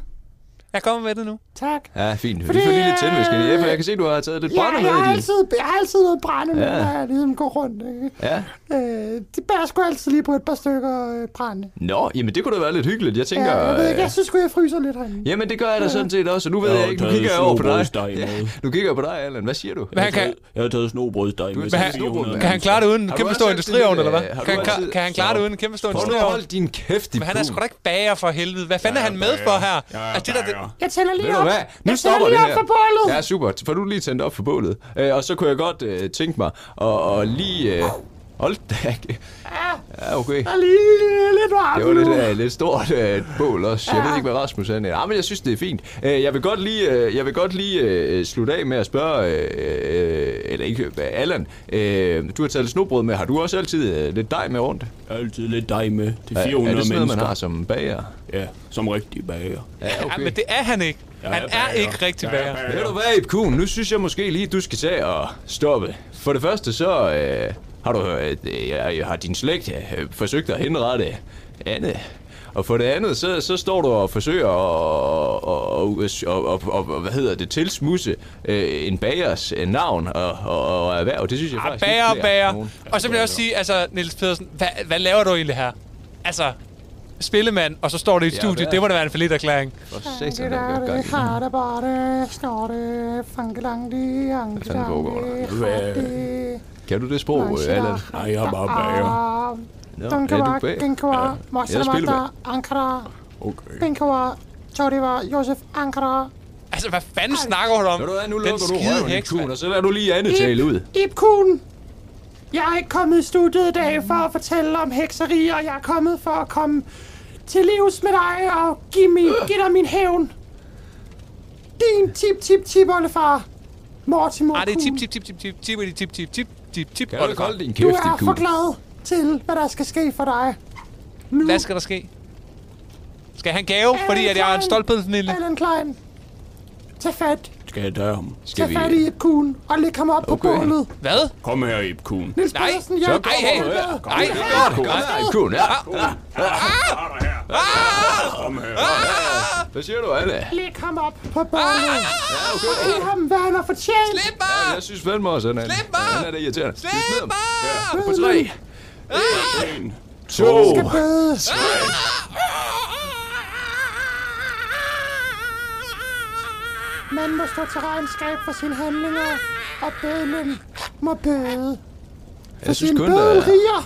Speaker 5: Jeg kommer med det nu.
Speaker 10: Tak.
Speaker 8: Ja, fint.
Speaker 10: Fordi,
Speaker 8: Fordi, Lige for lille
Speaker 10: øh,
Speaker 8: tændvæske. Ja, for jeg kan se, du har taget lidt
Speaker 10: Ja,
Speaker 8: brænde
Speaker 10: jeg, har
Speaker 8: med i din.
Speaker 10: altid, jeg har altid noget brænde med,
Speaker 8: Ja.
Speaker 10: når jeg ligesom går rundt. Ikke?
Speaker 8: Ja.
Speaker 10: Øh, det bærer sgu altid lige på et par stykker øh, brænde.
Speaker 8: Nå, jamen det kunne da være lidt hyggeligt. Jeg tænker...
Speaker 10: ja, jeg, ved ikke,
Speaker 8: øh,
Speaker 10: jeg synes sgu, jeg fryser lidt herinde.
Speaker 8: Jamen det gør jeg da sådan set også, og nu ved
Speaker 11: Jeg
Speaker 8: jeg,
Speaker 11: har
Speaker 8: ikke, nu
Speaker 11: taget
Speaker 8: kigger jeg over på
Speaker 11: snobrødsdej
Speaker 8: dig.
Speaker 11: med.
Speaker 8: Ja, nu kigger jeg på dig, Allan. Hvad siger du?
Speaker 11: Hvad kan- Jeg har taget snobrødsdej
Speaker 8: Du har
Speaker 11: med.
Speaker 8: taget
Speaker 11: sådan 400.
Speaker 8: snobrød.
Speaker 5: Kan han klare det uden en
Speaker 8: Har du
Speaker 5: kæmpe
Speaker 8: også
Speaker 5: stor
Speaker 8: altid
Speaker 5: industriovn,
Speaker 8: lidt,
Speaker 5: eller hvad?
Speaker 8: øh, har
Speaker 5: Kan,
Speaker 8: du
Speaker 5: han- kan,
Speaker 8: altid-
Speaker 5: kan han klare det uden en kæmpe stor
Speaker 8: Hold nu
Speaker 5: industriovn?
Speaker 8: hold din kæft, din
Speaker 5: Men han er
Speaker 8: pud.
Speaker 5: sgu da ikke bager for helvede. Hvad fanden er han med for her? Altså, det der, det,
Speaker 10: Jeg tænder
Speaker 8: Ved du hvad? Nu stopper det her. Ja, super. For du lige tændt op for bålet. Øh, og så kunne jeg godt øh, tænke mig at, at lige... Øh, hold da. Ja, okay.
Speaker 10: Der er lige lidt varmt
Speaker 8: Det var lidt,
Speaker 10: nu.
Speaker 8: øh, lidt stort øh, et bål også. Jeg ved ikke, hvad Rasmus han er. Ah, men jeg synes, det er fint. Øh, jeg vil godt lige, øh, jeg vil godt lige øh, slutte af med at spørge, øh, øh, eller ikke, øh, Allan, øh, du har taget lidt snobrød med. Har du også altid øh, lidt dej med rundt?
Speaker 11: Altid lidt dej med. Det
Speaker 8: Er-
Speaker 11: er
Speaker 8: er
Speaker 11: 400
Speaker 8: det sådan noget, man
Speaker 11: mennesker.
Speaker 8: har som bager?
Speaker 11: Ja, som rigtig bager.
Speaker 8: Ja,
Speaker 5: Ja, men det er han ikke.
Speaker 11: Ja,
Speaker 5: Han
Speaker 11: ja,
Speaker 5: er
Speaker 11: ja.
Speaker 5: ikke rigtig
Speaker 11: Ja, ja,
Speaker 5: bager.
Speaker 11: ja.
Speaker 8: Ved du hvad, Ipkun? Nu synes jeg måske lige, du skal tage og stoppe. For det første så øh, har du hørt, øh, jeg- har din slægt øh, forsøgt at henrette Anne. Og for det andet, så, så står du og forsøger at, og, og, og, og, hvad hedder det, tilsmusse øh, en bagers øh, navn og, og, og erhverv. Det synes jeg faktisk ikke
Speaker 5: Ah, Bager,
Speaker 8: klæder
Speaker 5: bager.
Speaker 8: nogen.
Speaker 5: Og så vil jeg også sige, altså, Niels Pedersen, hvad, hvad laver du egentlig her? Altså, spillemand, og så står du i et
Speaker 8: Ja,
Speaker 5: studie.
Speaker 8: hvad?
Speaker 5: Det må da være en forlidt erklæring.
Speaker 8: satan, der er godt gang i den.
Speaker 10: Harde, barde, snorte, fankelangde, angde,
Speaker 8: fanden foregår der?
Speaker 10: angde,
Speaker 8: Hvad-
Speaker 10: harde,
Speaker 8: Kan du det sprog, øh, Allan? Nej, jeg er bare
Speaker 10: ah,
Speaker 8: Nå, er du
Speaker 10: dunkava,
Speaker 8: bager? Ja.
Speaker 10: genkava,
Speaker 8: Jeg Oh. er
Speaker 10: massamata,
Speaker 8: spillemand.
Speaker 10: ankara,
Speaker 8: Okay.
Speaker 10: binkava, choriva, josef, ankara,
Speaker 5: Altså, hvad fanden snakker du om?
Speaker 8: Ved du hvad, nu
Speaker 5: Den
Speaker 8: lukker du
Speaker 5: skide
Speaker 8: røven,
Speaker 5: heks,
Speaker 8: Ipkun, og så lader du lige Anne tale ud.
Speaker 10: Ibkun! Jeg er ikke kommet i studiet i dag for at fortælle om hekseri, og jeg er kommet for at komme til livs med dig og give, min,
Speaker 5: Øh.
Speaker 10: give dig min hævn. Din tip, tip, tip, oldefar. Mor til mor.
Speaker 5: Ah, det er tip, tip, tip, tip, tip, tip, tip, tip, tip, tip, tip.
Speaker 8: Kan du ikke holde din
Speaker 10: Du
Speaker 8: kæft,
Speaker 10: er for
Speaker 8: Ipkun?
Speaker 10: glad til, hvad der skal ske for dig.
Speaker 5: Hvad skal der ske? Skal han gave, fordi at jeg er en stolthedsnille?
Speaker 10: Allan Klein. Tag fat.
Speaker 11: Skal jeg døre ham?
Speaker 10: Tag fat i Ibkun og læg ham op okay. på bålet.
Speaker 5: Hvad?
Speaker 11: Kom her, Ibkun.
Speaker 10: Niels Pedersen, jeg
Speaker 11: Så
Speaker 10: er
Speaker 11: kommer
Speaker 10: kommet
Speaker 11: du
Speaker 10: med.
Speaker 11: her. Kom
Speaker 10: Ej,
Speaker 11: her,
Speaker 10: ej, ej,
Speaker 11: Ibkun. Kom her,
Speaker 10: ej.
Speaker 8: Ipkun, ja.
Speaker 5: Ah!
Speaker 11: Kom her.
Speaker 5: Ah!
Speaker 8: Hvad siger du, Anne?
Speaker 10: Læg ham op på bålet. Og giv ham, hvad han har fortjent. Slip mig!
Speaker 5: Ah!
Speaker 8: Jeg synes fandme også, han er. Slip mig! Han er det irriterende. Slip mig! Ja, på
Speaker 10: mig!
Speaker 8: tre.
Speaker 11: En,
Speaker 8: to,
Speaker 10: skal bødes. Man må stå til regnskab for sine handlinger, og bødlen må bøde. For
Speaker 8: Jeg synes
Speaker 10: sine
Speaker 8: kun, der er
Speaker 10: bødelriger.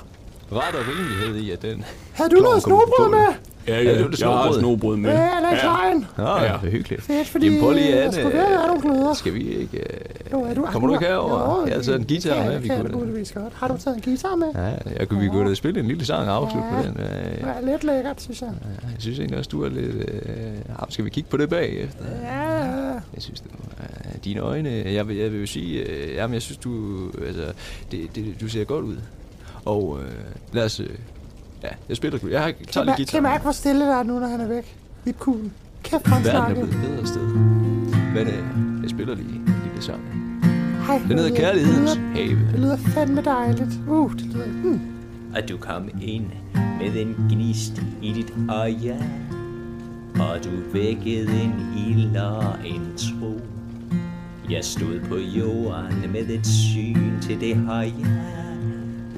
Speaker 8: ret og rimelighed i, at den...
Speaker 10: Havde du noget snobrød med?
Speaker 11: Ja,
Speaker 8: Ja,
Speaker 11: ja,
Speaker 8: det var det
Speaker 11: jeg har
Speaker 8: snobrød.
Speaker 11: snobrød med.
Speaker 10: Ja, Allan Klein.
Speaker 8: Nå, ja, det er hyggeligt.
Speaker 10: Fedt, fordi
Speaker 8: Jamen, prøv lige,
Speaker 10: jeg
Speaker 8: Anne,
Speaker 10: skulle være nogle gløder.
Speaker 8: Skal vi ikke... øh,
Speaker 10: Jo, er du,
Speaker 8: Kommer du ikke herover?
Speaker 10: Jo,
Speaker 8: Jeg har taget en guitar
Speaker 10: ja,
Speaker 8: med,
Speaker 10: det
Speaker 8: vi
Speaker 10: kan jeg
Speaker 8: kunne da-
Speaker 10: muligvis godt. Har du taget en guitar med?
Speaker 8: Ja, jeg kunne, vi kunne da spille en lille sang og afslutte på den. Øh,
Speaker 10: Det er lidt lækkert, synes jeg.
Speaker 8: Jeg synes egentlig også, du er lidt... Øh, ah, skal vi kigge på det bagefter?
Speaker 10: Ja,
Speaker 8: Jeg synes, det var, øh, dine øjne... Jeg vil, jeg vil jo sige... Øh, jamen, jeg synes, du... Altså, det, det, du ser godt ud. Og øh, lad os... Øh, ja, jeg spiller sgu. Jeg har tager lige
Speaker 10: kan, kan
Speaker 8: guitar.
Speaker 10: mærke, hvor stille der er nu, når han er væk. Lidt cool. Kæft, hvor han
Speaker 8: Verden er
Speaker 10: snakker.
Speaker 8: blevet et bedre sted. Men øh, jeg spiller lige en lille sang.
Speaker 10: Hej,
Speaker 8: Den hedder Kærlighedens Have.
Speaker 10: Det lyder fandme dejligt. Uh, det lyder... Mm.
Speaker 12: Og du kom ind med en gnist i dit øje Og du vækkede en ild og en tro Jeg stod på jorden med et syn til det høje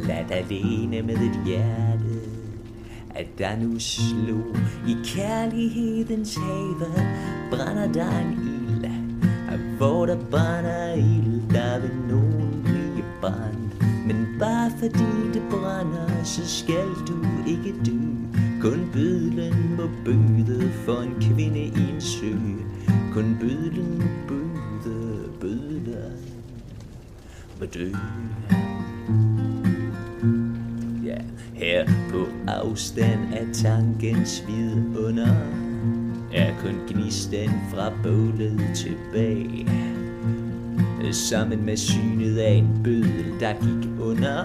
Speaker 12: Lad alene med et hjerte At der nu slog i kærlighedens have Brænder der en ild Hvor der brænder ild, der vil nogen blive brændt Men bare fordi det brænder, så skal du ikke dø Kun bødlen må bøde for en kvinde i en sø Kun bødlen bøde, bødlen må dø er på afstand af tankens vidunder Er kun gnisten fra bålet tilbage Sammen med synet af en bødel, der gik under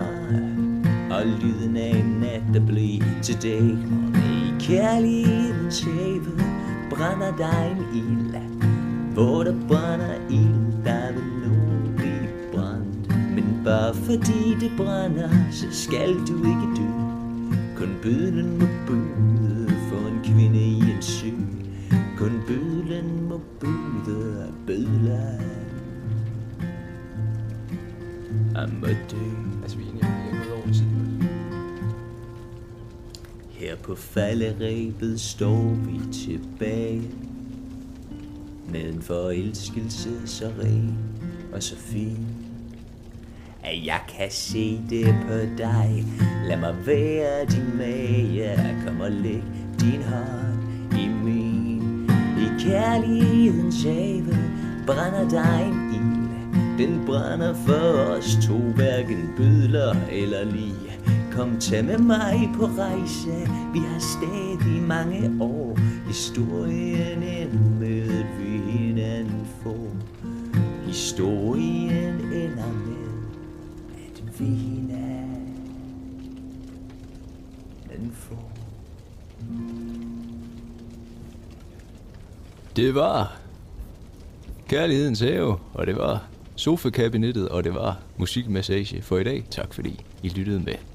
Speaker 12: Og lyden af en nat, der blev til dag I kærlighedens have brænder der en ild Hvor der brænder ild, der vil nu blive brændt Men bare fordi det brænder, så skal du ikke dø Kun bødlen må bøde for en kvinde i en sø Kun bødlen må bøde og bødler og må dø Altså vi er enige over Her på falderæbet står vi tilbage Med en forelskelse så ren og så fin at jeg kan se det på dig Lad mig være din mage Kom og læg din hånd i min I kærlighedens have Brænder dig en ild Den brænder for os to Hverken bødler eller lige Kom tag med mig på rejse Vi har stadig mange år Historien end mødet vi hinanden får Historien ender med vi hinanden får.
Speaker 13: Det var Kærlighedens Have, og det var Sofa-kabinettet, og det var Musikmassage for i dag. Tak fordi I lyttede med.